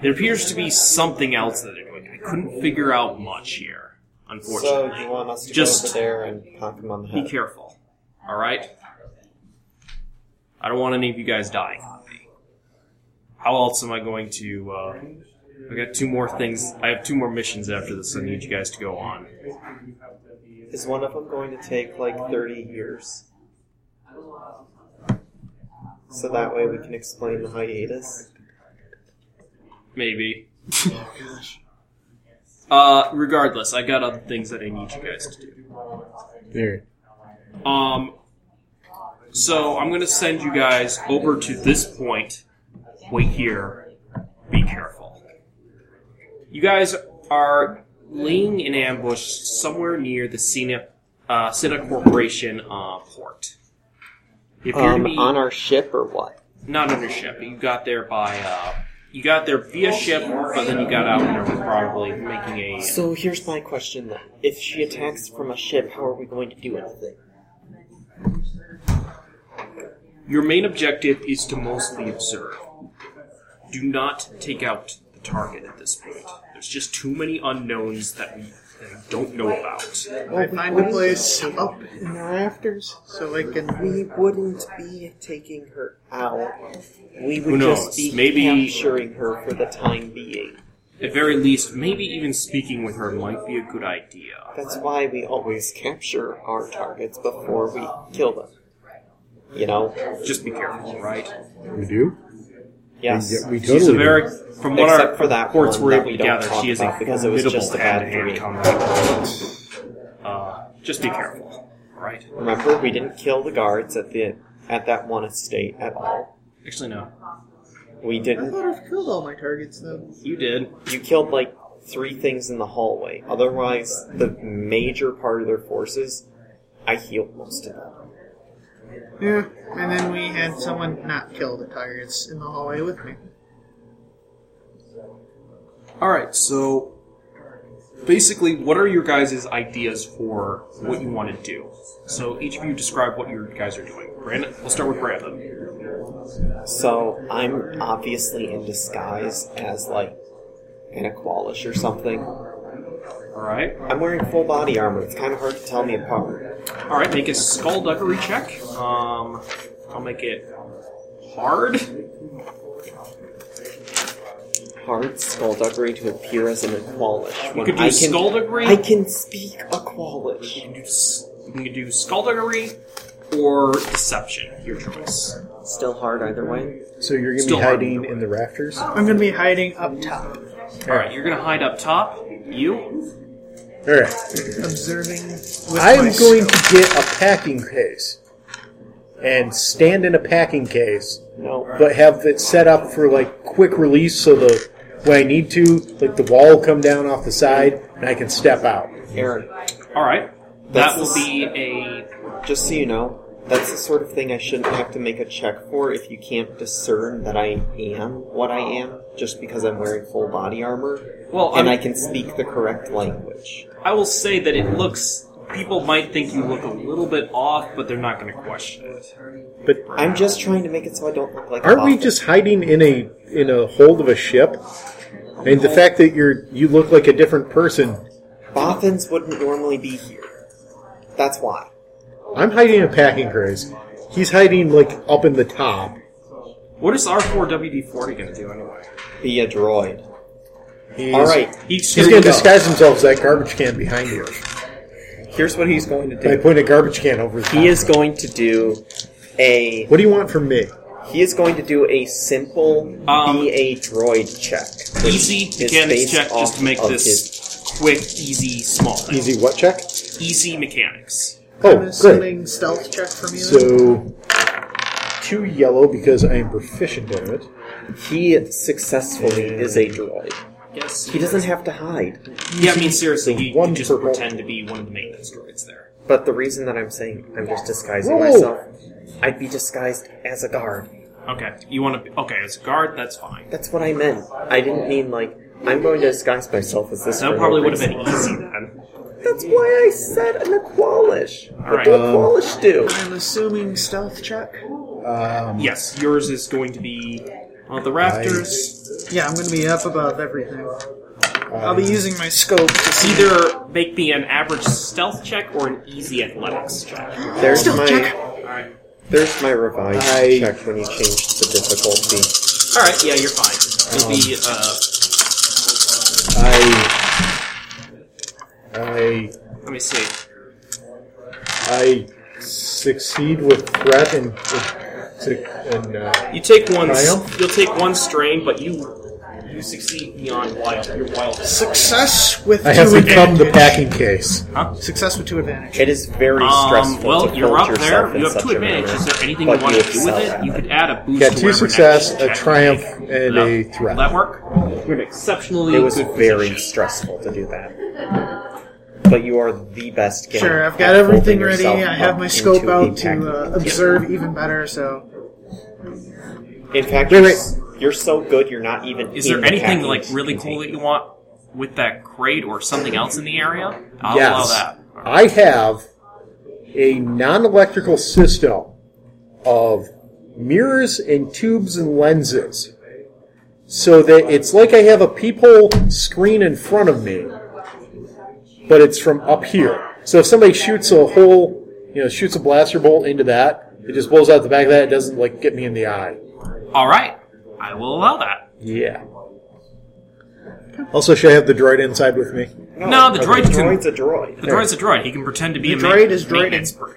E: there appears to be something else that they're doing. I couldn't figure out much here,
B: So
E: unfortunately.
B: you want us to
E: Just-
B: go over there and pop him on the
E: Be
B: head?
E: careful. All right. I don't want any of you guys dying on me. How else am I going to? Uh, I got two more things. I have two more missions after this. I need you guys to go on.
B: Is one of them going to take like 30 years? So that way we can explain the hiatus?
E: Maybe. uh, regardless, I got other things that I need you guys to do.
A: There.
E: Um, so I'm gonna send you guys over to this point. Wait here. Be careful. You guys are laying in ambush somewhere near the Cena, uh, Cena Corporation uh, port. If you're
B: Um, on our ship or what?
E: not under ship, but you got there by uh, you got there via ship, but then you got out and were probably making a
B: So here's my question then. If she attacks from a ship, how are we going to do anything?
E: Your main objective is to mostly observe. Do not take out the target at this point. There's just too many unknowns that we that I don't know about.
D: I find a place up in the rafters so I can.
B: We wouldn't be taking her out. We
E: Who
B: would just
E: knows?
B: be
E: Maybe-
B: capturing her for the time being.
E: At very least, maybe even speaking with her might be a good idea.
B: That's why we always capture our targets before we kill them. You know?
E: Just be careful, right?
A: We do?
B: Yes.
A: We, we
E: She's
A: totally
E: a
A: do.
E: very, from what
B: Except
E: our
B: for that
E: reports
B: one
E: were
B: that
E: able
B: we
E: to
B: don't
E: gather,
B: talk
E: she is a
B: about because it was
E: formidable
B: just a bad
E: hand-to-hand
B: dream.
E: combat. Uh, just be careful, right?
B: Remember, we didn't kill the guards at the at that one estate at all.
E: Actually, no.
B: We
D: I
B: didn't.
D: thought I've killed all my targets though.
E: You did.
B: You killed like three things in the hallway. Otherwise, the major part of their forces, I healed most of them.
D: Yeah. And then we had someone not kill the targets in the hallway with me.
E: All right, so basically, what are your guys' ideas for what you want to do? So each of you describe what your guys are doing. Brandon, we'll start with Brandon.
B: So I'm obviously in disguise as like an Aqualish or something.
E: All right,
B: I'm wearing full body armor. It's kind of hard to tell me apart.
E: all right. Make a skullduggery check. Um, I'll make it hard.
B: Hard skullduggery to appear as an Aqualish.
E: You
B: when
E: could do
B: I can,
E: skullduggery.
B: I can speak Aqualish.
E: You can do s- you can do skullduggery or deception. Your choice.
B: Still hard either way.
A: So you're going to
E: Still
A: be hiding in the rafters?
D: I'm gonna be hiding up top,
E: All right, you're gonna hide up top. You.
A: All right.
D: observing. With
A: I'm
D: my
A: going
D: scope.
A: to get a packing case and stand in a packing case,
B: No.
A: but have it set up for like quick release so the when I need to, like the wall will come down off the side and I can step out.
B: Aaron,
E: All right.
B: That's
E: That will
B: the s-
E: be a.
B: just so you know, that's the sort of thing I shouldn't have to make a check for if you can't discern that I am what I am just because I'm wearing full body armor
E: Well,
B: and
E: I'm-
B: I can speak the correct language.
E: I will say that it looks. People might think you look a little bit off, but they're not going to question it.
A: But
B: I'm just trying to make it so I don't look like. a
A: aren't we
B: bother.
A: just hiding in a in a hold of a ship? I mean, the fact that you're you look like a different person.
B: Boffins wouldn't normally be here. That's why.
A: I'm hiding in a packing case. He's hiding like up in the top.
E: What is R4WD40 going to do anyway?
B: Be a droid.
A: He's,
B: All right.
E: He's,
A: He's going to disguise himself as that garbage can behind you.
B: Here's what he's going to
A: I
B: do.
A: point a garbage can over. The top
B: He is
A: of him.
B: going to do a.
A: What do you want from me?
B: He is going to do a simple
E: Um,
B: be a droid check. which
E: Easy
B: is
E: mechanics
B: based
E: check just to
B: off
E: make
B: of his-
E: this quick, easy, small thing.
A: Easy what check?
E: Easy mechanics.
D: I'm
A: Oh, great.
D: assuming stealth check from you. then?
A: So two yellow because I am proficient in it.
B: He successfully is a droid.
E: Yes.
B: He doesn't have to hide.
E: Yeah, I mean, seriously, you
A: One
E: can just
A: purple.
E: pretend to be one of the maintenance droids there.
B: But the reason that I'm saying I'm just disguising
A: Whoa.
B: myself, I'd be disguised as a guard.
E: Okay, you want to. Okay, as a guard, that's fine.
B: That's what I meant. I didn't mean like I'm going to disguise myself as this. for
E: That
B: no
E: probably would have
B: reason.
E: been easy then.
B: That's why I said an Aqualish. What
E: Alright.
B: do Aqualish do?
D: I'm assuming stealth check.
A: Um,
E: Yes, yours is going to be on the rafters.
D: Yeah, I'm gonna be up above everything. I'll
A: Um,
D: be using my scope to see
E: Either make me an average stealth check or an easy athletics check.
B: There's
D: Stealth
B: my
D: check.
E: Alright.
B: there's my revised
A: I-
B: check when you changed the difficulty.
E: Alright, yeah, you're fine. It'll be, uh,
A: I I
E: let me see.
A: I succeed with threat and and uh,
E: You take one, s-
A: Triumph?
E: you'll take one strain, but you, you succeed beyond wild. You're wild.
D: success with
A: I
D: two
A: have become the
D: advantage.
A: packing case.
D: Success with two advantage.
B: It is very
E: Um,
B: stressful.
E: well,
B: to
E: you're
B: hold
E: up
B: yourself
E: there.
B: in
E: You have
B: such
E: two
B: a
E: advantages. Is
B: manner,
E: there anything you
B: but
E: want to do
B: excel
E: with it?
B: at
E: You could add a boost.
A: Yeah,
E: to
A: two
E: whatever
A: success,
E: next
A: a
E: check you
A: triumph,
E: make.
A: and
E: No.
A: a threat.
E: Will that work? You're an exceptionally
B: It was
E: good
B: very
E: position.
B: stressful to do that. But you are the best game.
D: Sure, I've got
B: at holding
D: everything ready.
B: yourself
D: I have
B: up
D: my
B: into
D: scope
B: the
D: out to
B: tactic.
D: uh, observe even better. So
B: In fact,
A: Wait,
B: you're,
A: wait.
B: s- you're so good you're not even.
E: Is
B: in
E: there
B: the
E: anything
B: package
E: like really cool that you
B: container.
E: want with that crate or something else in the area? I'll allow
A: yes,
E: that.
A: I have a non-electrical system of mirrors and tubes and lenses, so that it's like I have a peephole screen in front of me, but it's from up here. So if somebody shoots a hole, you know, shoots a blaster bolt into that, it just blows out the back of that. It doesn't like get me in the eye.
E: All right, I will allow that.
A: Yeah. Also, should I have the droid inside with me?
E: No, the droid can-
B: droid's a droid.
E: The droid's a droid. He can pretend to be a
D: The
E: ma-
D: droid is droiding.
E: maintenance person.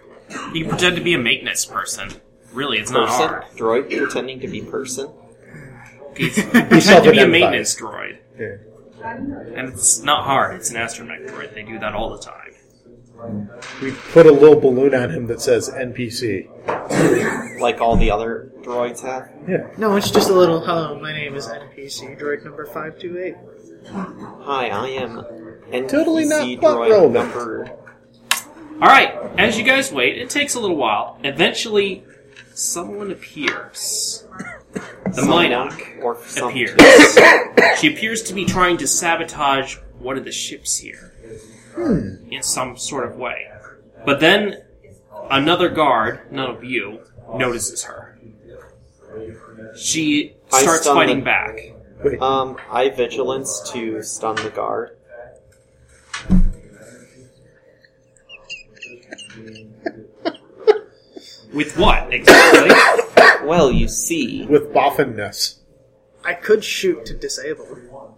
E: He can pretend to be a maintenance person. Really, it's not
B: Person,
E: hard.
B: droid pretending to be person.
E: He can pretend to be a
A: self-identifies.
E: maintenance droid.
A: Yeah.
E: And it's not hard. It's an astromech droid. They do that all the time.
A: We put a little balloon on him that says NPC.
B: like all the other droids have.
A: Yeah.
D: No, it's just a little hello. My name is NPC droid number five two eight.
B: Hi, I am NPC
A: Totally not butt
B: droid
A: relevant.
B: number.
E: All right. As you guys wait, it takes a little while. Eventually, someone appears. The Minok
B: or some
E: appears. she appears to be trying to sabotage one of the ships here
B: Hmm.
E: in some sort of way. But then another guard, none of you, notices her. She
B: I
E: starts
B: stun
E: fighting
B: them.
E: back.
A: Wait,
B: Um, I vigilance to stun the guard.
E: With what exactly?
B: <coughs> Well, you see,
A: with boffinness.
D: I could shoot to disable.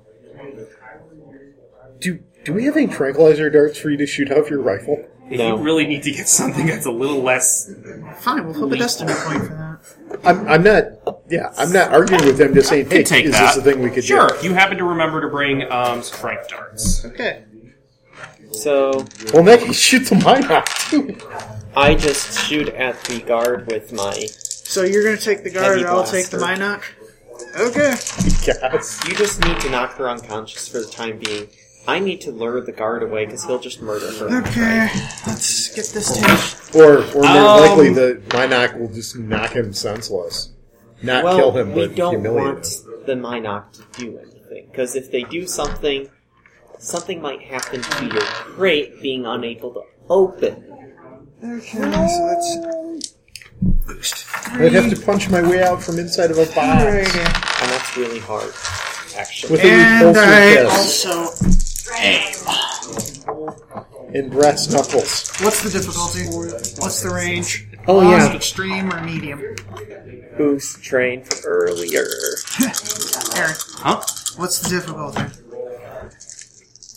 A: Do do we have any tranquilizer darts for you to shoot off your rifle?
E: You
B: no.
E: really need to get something that's a little less.
D: Fine, we'll flip a destiny point for that.
A: I'm, I'm not. Yeah, I'm not arguing with them. Just saying, hey,
E: Could take
A: is
E: that.
A: this a thing we could
E: sure,
A: do?
E: you happen to remember to bring um, some Frank darts.
D: Okay.
B: So
A: Well, in that case, shoot the mine out too.
B: I just shoot at the guard with my.
D: So you're gonna take the guard,
B: Heavy
D: and I'll take the Minot. Okay.
A: Yes.
B: You just need to knock her unconscious for the time being. I need to lure the guard away because he'll just murder her.
D: Okay. Let's get this to.
A: Or, or more
E: Um,
A: likely, the Minoc will just knock him senseless, not
B: Well,
A: kill him,
B: we
A: but
B: don't
A: humiliate
B: want the Minok to do anything because if they do something, something might happen to your crate being unable to open.
D: Okay. So let's boost
A: him. I'd
D: three.
A: have to punch my way out from inside of a box.
D: Alrighty.
B: And that's really hard, actually.
A: With a
D: And
A: repulsive
D: I
A: fist
D: also.
A: and brass knuckles.
D: What's the difficulty? What's the range?
A: Oh,
D: Lost,
A: yeah.
D: Extreme or medium?
B: boost train for earlier.
D: Eric,
E: Huh?
D: what's the difficulty?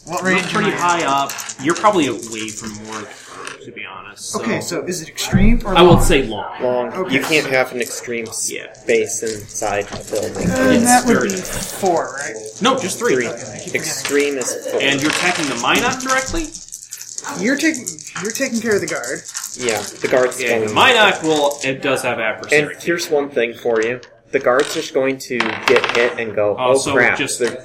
D: What
E: You're
D: range? am
E: pretty
D: I in?
E: high up. You're probably away from work, to be honest. So
D: Okay, so is it extreme or?
E: I would
D: long?
E: say long.
B: Long.
D: Okay.
B: You can't have an extreme
E: Yeah.
B: space inside a building.
D: Uh, that would be
E: sturdy.
D: four, right?
E: No, just three.
B: Three. Extreme is four.
E: And you're attacking the Minot directly?
D: You're taking you're taking care of the guard.
B: yeah, the guard's
E: Yeah, the
B: going.
E: Minot will. It does have adversary. Uh,
B: and here's one thing for you. The guard's just going to get hit and go,
E: Oh,
B: oh,
E: so
B: crap.
E: just-
B: They're-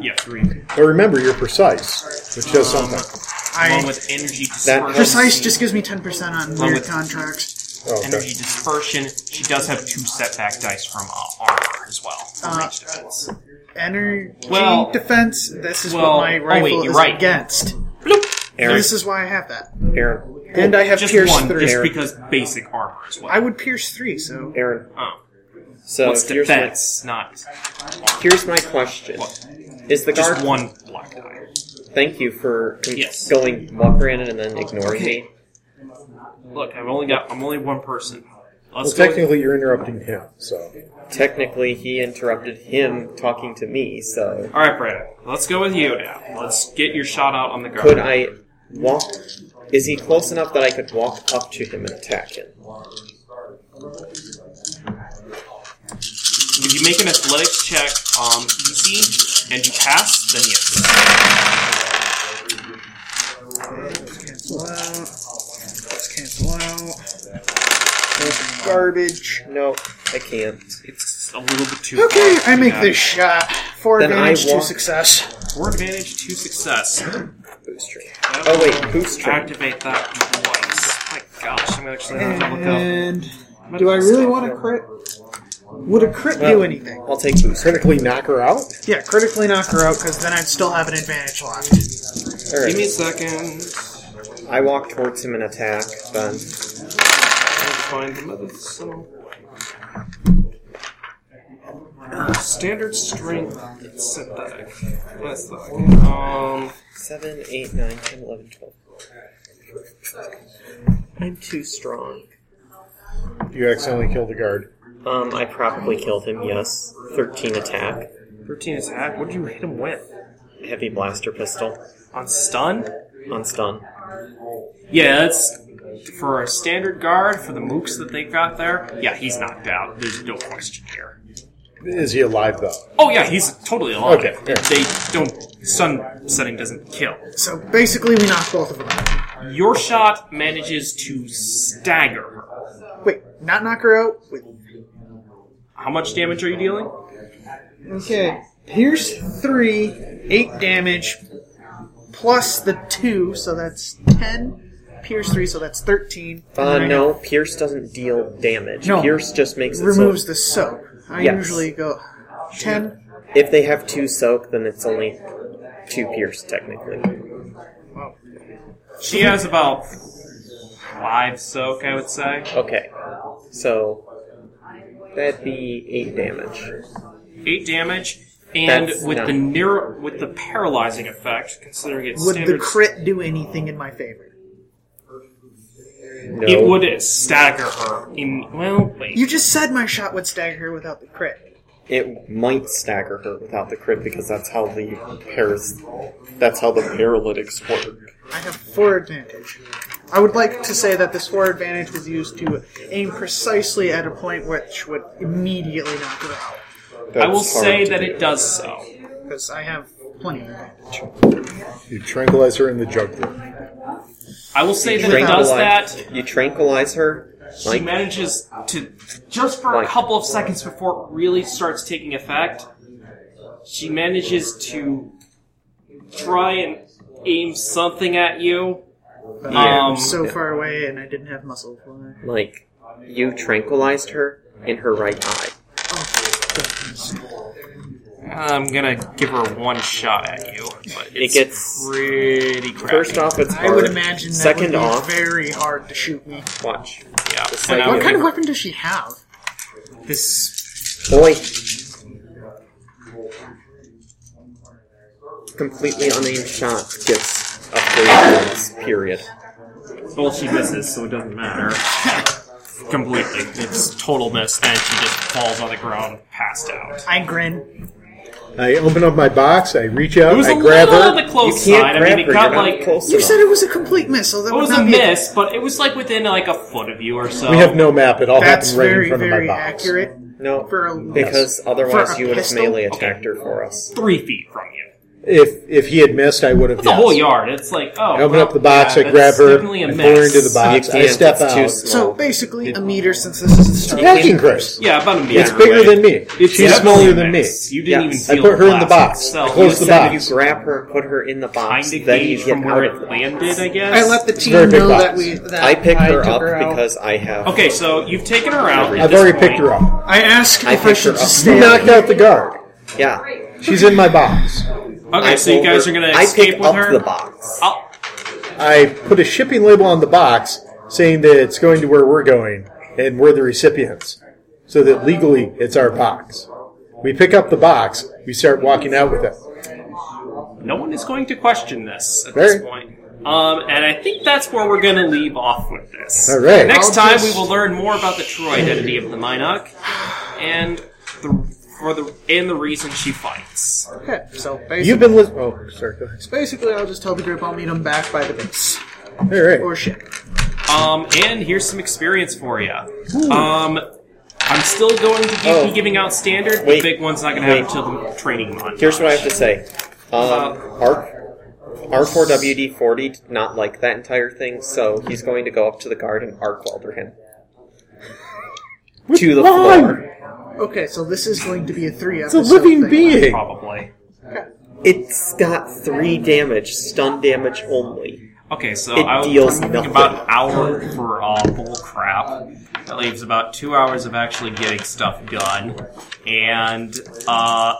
E: yeah, three.
A: But remember, you're precise, which does
E: Um,
A: something.
D: I
E: Along with energy
B: That
E: dispersion.
B: helps.
D: precise just gives me ten percent on
E: Along
D: weird
E: with-
D: contracts.
A: Oh,
E: energy
A: okay.
E: dispersion. She does have two setback dice from uh, armor as well. for
D: Uh,
E: range defense.
D: Energy
E: Well-
D: defense. This is
E: well,
D: what my
E: oh,
D: rifle
E: wait, you're
D: is
E: right.
D: against.
E: Bloop.
B: Aaron,
D: This is why I have that.
B: Aaron,
D: And I have
E: just
D: pierce
E: one,
D: three.
E: just because basic armor as well.
D: I would pierce three, so
B: Aaron.
E: Oh,
B: So
E: what's
B: here's my,
E: defense? Not
B: here's my question.
E: What?
B: Is the guard
E: just one black die.
B: Thank you for con-
E: Yes.
B: going what Brandon and then ignoring me.
E: Look, I've only got. I'm only one person.
A: Well,
E: Let's go. with-
A: technically, you're interrupting him, so
B: Technically, he interrupted him talking to me, so
E: All right, Brandon. Let's go with you now. Let's get your shot out on the guard.
B: could I walk? Is he close enough that I could walk up to him and attack him?
E: If you make an athletics check, um, easy, and you pass, then yes.
D: cancel out. Let's cancel out. Garbage.
B: No, I can't.
E: It's a little bit too.
D: Okay,
E: far.
D: I make
E: Yeah.
D: this shot. Four
B: Then I
D: advantage, two
B: walk-
D: success.
E: Four advantage, two success.
B: Boost train.
E: That
B: Oh
E: will
B: wait, boost train.
E: Activate that twice. My gosh, I'm actually gonna have to look up.
D: And do I really want to crit? Would a crit do
B: Well-
D: anything?
B: I'll take boost. train.
A: critically knock her out.
D: Yeah, critically knock her out because then I'd still have an advantage left.
B: All
D: Uh,
E: Give me
B: right.
E: a second.
B: I walk towards him and attack. Then
E: Find the mother so. Uh, Standard strength synthetic. That's the um.
B: seven, eight, nine, ten, eleven, twelve. I'm too strong.
A: You accidentally killed the guard.
B: Um, I probably killed him. Yes, thirteen attack.
E: Thirteen attack. What did you hit him with?
B: heavy blaster pistol
E: On stun?
B: on stun.
E: Yeah, that's for a standard guard for the mooks that they got there. Yeah, he's knocked out. There's no question here.
A: Is he alive though?
E: Oh yeah, he's totally alive.
A: Okay, yeah.
E: They don't. Sun setting doesn't kill.
D: So basically, we knocked both of them. out.
E: Your shot manages to stagger her.
D: Wait, not knock her out. Wait.
E: How much damage are you dealing?
D: Okay, here's three, eight damage, plus the two, so that's ten. Pierce three, so that's thirteen. And
B: Uh,
D: then I
B: no, Pierce doesn't deal damage.
D: No.
B: Pierce just makes it
D: removes
B: so
D: the soap. I
B: Yes.
D: usually go ten.
B: if they have two soak, then it's only two Pierce technically.
E: She has about five soak, I would say.
B: Okay, so that'd be eight damage.
E: Eight damage, and
B: That's
E: with
B: not-
E: the near with the paralyzing effect, considering it's
D: Would the
E: standard,
D: crit do anything in my favor?
B: No,
E: it would stagger her. In well, wait.
D: You just said my shot would stagger her without the crit.
B: It might stagger her without the crit because that's how the paras, that's how the paralytics work.
D: I have four advantage. I would like to say that this four advantage was used to aim precisely at a point which would immediately knock her out.
E: I
B: That's
E: will
B: hard
E: say
B: to
E: that
B: do.
E: it does so.
D: Because I have plenty of advantage.
A: You tranquilize her in the jugular.
E: I will say that it does
B: Tranquilize-
E: that.
B: You tranquilize her.
E: She
B: Like,
E: manages to just for a
B: Like-
E: couple of seconds before it really starts taking effect. She manages to try and aim something at you.
D: But
E: Yeah.
D: I'm so
B: Yeah.
D: far away and I didn't have muscle fly.
B: like you tranquilized her in her right eye.
E: I'm gonna give her one shot at you, but
B: It gets
E: pretty crappy.
B: first off, it's hard.
D: I would imagine that
B: Second
D: would be
B: off,
D: very hard to shoot me.
B: watch.
E: yeah.
B: the
E: and
B: second-
E: I
D: What
E: would
D: kind
E: give
D: of
E: her
D: weapon does she have?
E: this
B: Boy. Completely unaimed shot gets a three points, period.
E: well, she misses, so it doesn't matter <laughs> completely. It's total miss, and she just falls on the ground, passed out.
D: I grin.
A: I open up my box. I reach
E: It
A: out.
E: was a
A: I grab
E: little on
A: her.
E: the close side. I mean, it
B: her,
E: got
B: you're not
E: like
B: close
D: You
B: enough.
D: said it was a complete miss, so that
E: It
D: would
E: was
D: not
E: a
D: be
E: miss, but it was like within like a foot of you or so.
A: We have no map. It all
D: That's
A: happened right
D: very,
A: in front
D: very
A: of my box.
D: accurate.
B: no,
D: for a-
B: because otherwise
D: For a
B: you would have
D: pistol?
B: melee
E: Okay.
B: attacked her for us.
E: three feet from you.
A: If if he had missed, I would have.
E: It's a whole yard. It's like oh.
A: I open
E: well,
A: up the box.
E: yeah,
A: I
E: that's
A: grab her. I pull
E: Definitely a
A: her
E: miss.
A: into the box.
B: You
A: Uh, I
B: can't,
A: step
B: it's too
A: out.
B: small.
D: So basically, a meter since this is the start.
A: Hacking Chris.
E: Yeah, about a meter.
A: It's bigger
E: away.
A: than me.
E: It's
A: She's
E: definitely
A: smaller
E: a
A: than me.
E: miss. You didn't
B: Yes.
E: even
A: I
E: feel
A: put her in the
E: blast
A: box.
E: itself.
A: I closed
E: You
A: the
E: said
A: box.
B: You grab her and put her in the box,
E: Kind of
B: then you
E: gauge
B: get
E: from
B: out
E: where
B: of
E: it
B: the
E: landed,
B: box.
E: I guess.
D: I let the team
A: Very big
D: know
A: box.
D: that we. That
B: I picked her
D: took
B: up
D: out.
B: because I have.
E: Okay, so you've taken her out. at
A: I've
E: this
A: already
E: point.
A: picked her up.
D: I asked
B: I
D: if
B: picked
D: I
B: her
D: should
B: up.
D: just
A: You
D: stay.
A: knocked out the guard.
B: Yeah.
A: She's in my box.
E: Okay,
B: I
E: so you
B: pulled
E: guys
B: her-
E: are gonna
B: I
E: escape
B: pick
E: with
B: up
E: her.
B: the box.
E: I'll-
A: I put a shipping label on the box saying that it's going to where we're going and we're the recipients. So that legally it's our box. We pick up the box, we start walking out with it.
E: no one is going to question this at
A: Very.
E: this point. Um, and I think that's where we're going to leave off with this.
A: All right.
E: Next
D: I'll
E: time,
D: just-
E: we will learn more about the true identity of the Minok and the for the and the reason she fights.
D: Okay, so basically,
A: You've been listening. Oh, sorry. Go ahead.
D: basically, I'll just tell the group I'll meet them back by the base
A: All
D: or
A: right.
D: ship.
E: Um, and here's some experience for you. Um, I'm still going to give,
B: Oh.
E: be giving out standard.
B: Wait.
E: the big one's not going to happen
B: Wait.
E: until the training month.
B: Here's what I have to say.
E: Uh,
B: Um, R four WD forty did not like that entire thing, so he's going to go up to the guard and arc welder him to the
A: Why?
B: floor.
D: Okay, so this is going to be a three
A: It's a
D: episode.
A: living
D: thing.
A: being.
E: probably.
B: It's got three damage, stun damage only.
E: Okay, so
B: It
E: I
B: deals
E: think
B: nothing.
E: about an hour for uh, bull crap. That leaves about two hours of actually getting stuff done, and uh,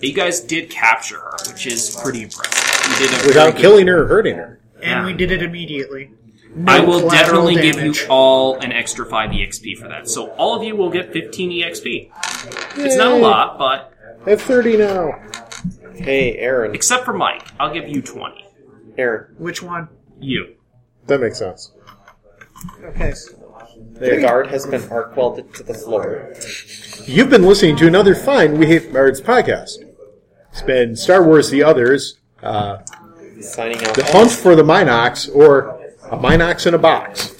E: you guys did capture her, which is pretty impressive. You did a
A: Without
E: very good-
A: killing her or hurting her.
D: and we did it immediately. No
E: I will
D: collateral
E: definitely give
D: damage.
E: you all an extra five exp for that. So all of you will get fifteen exp. It's not a
A: Yay.
E: lot, but
A: I have 30 now.
B: Hey, Aaron,
E: except for Mike, I'll give you twenty.
B: Aaron,
D: Which one?
E: You.
A: That makes sense.
D: Okay, so
B: the guard has been arc welded to the floor.
A: You've been listening to another fine We Hate Bards podcast. It's been Star Wars The Others, uh,
B: Signing out.
A: The Hunt for the Minox, or A Minox in a Box.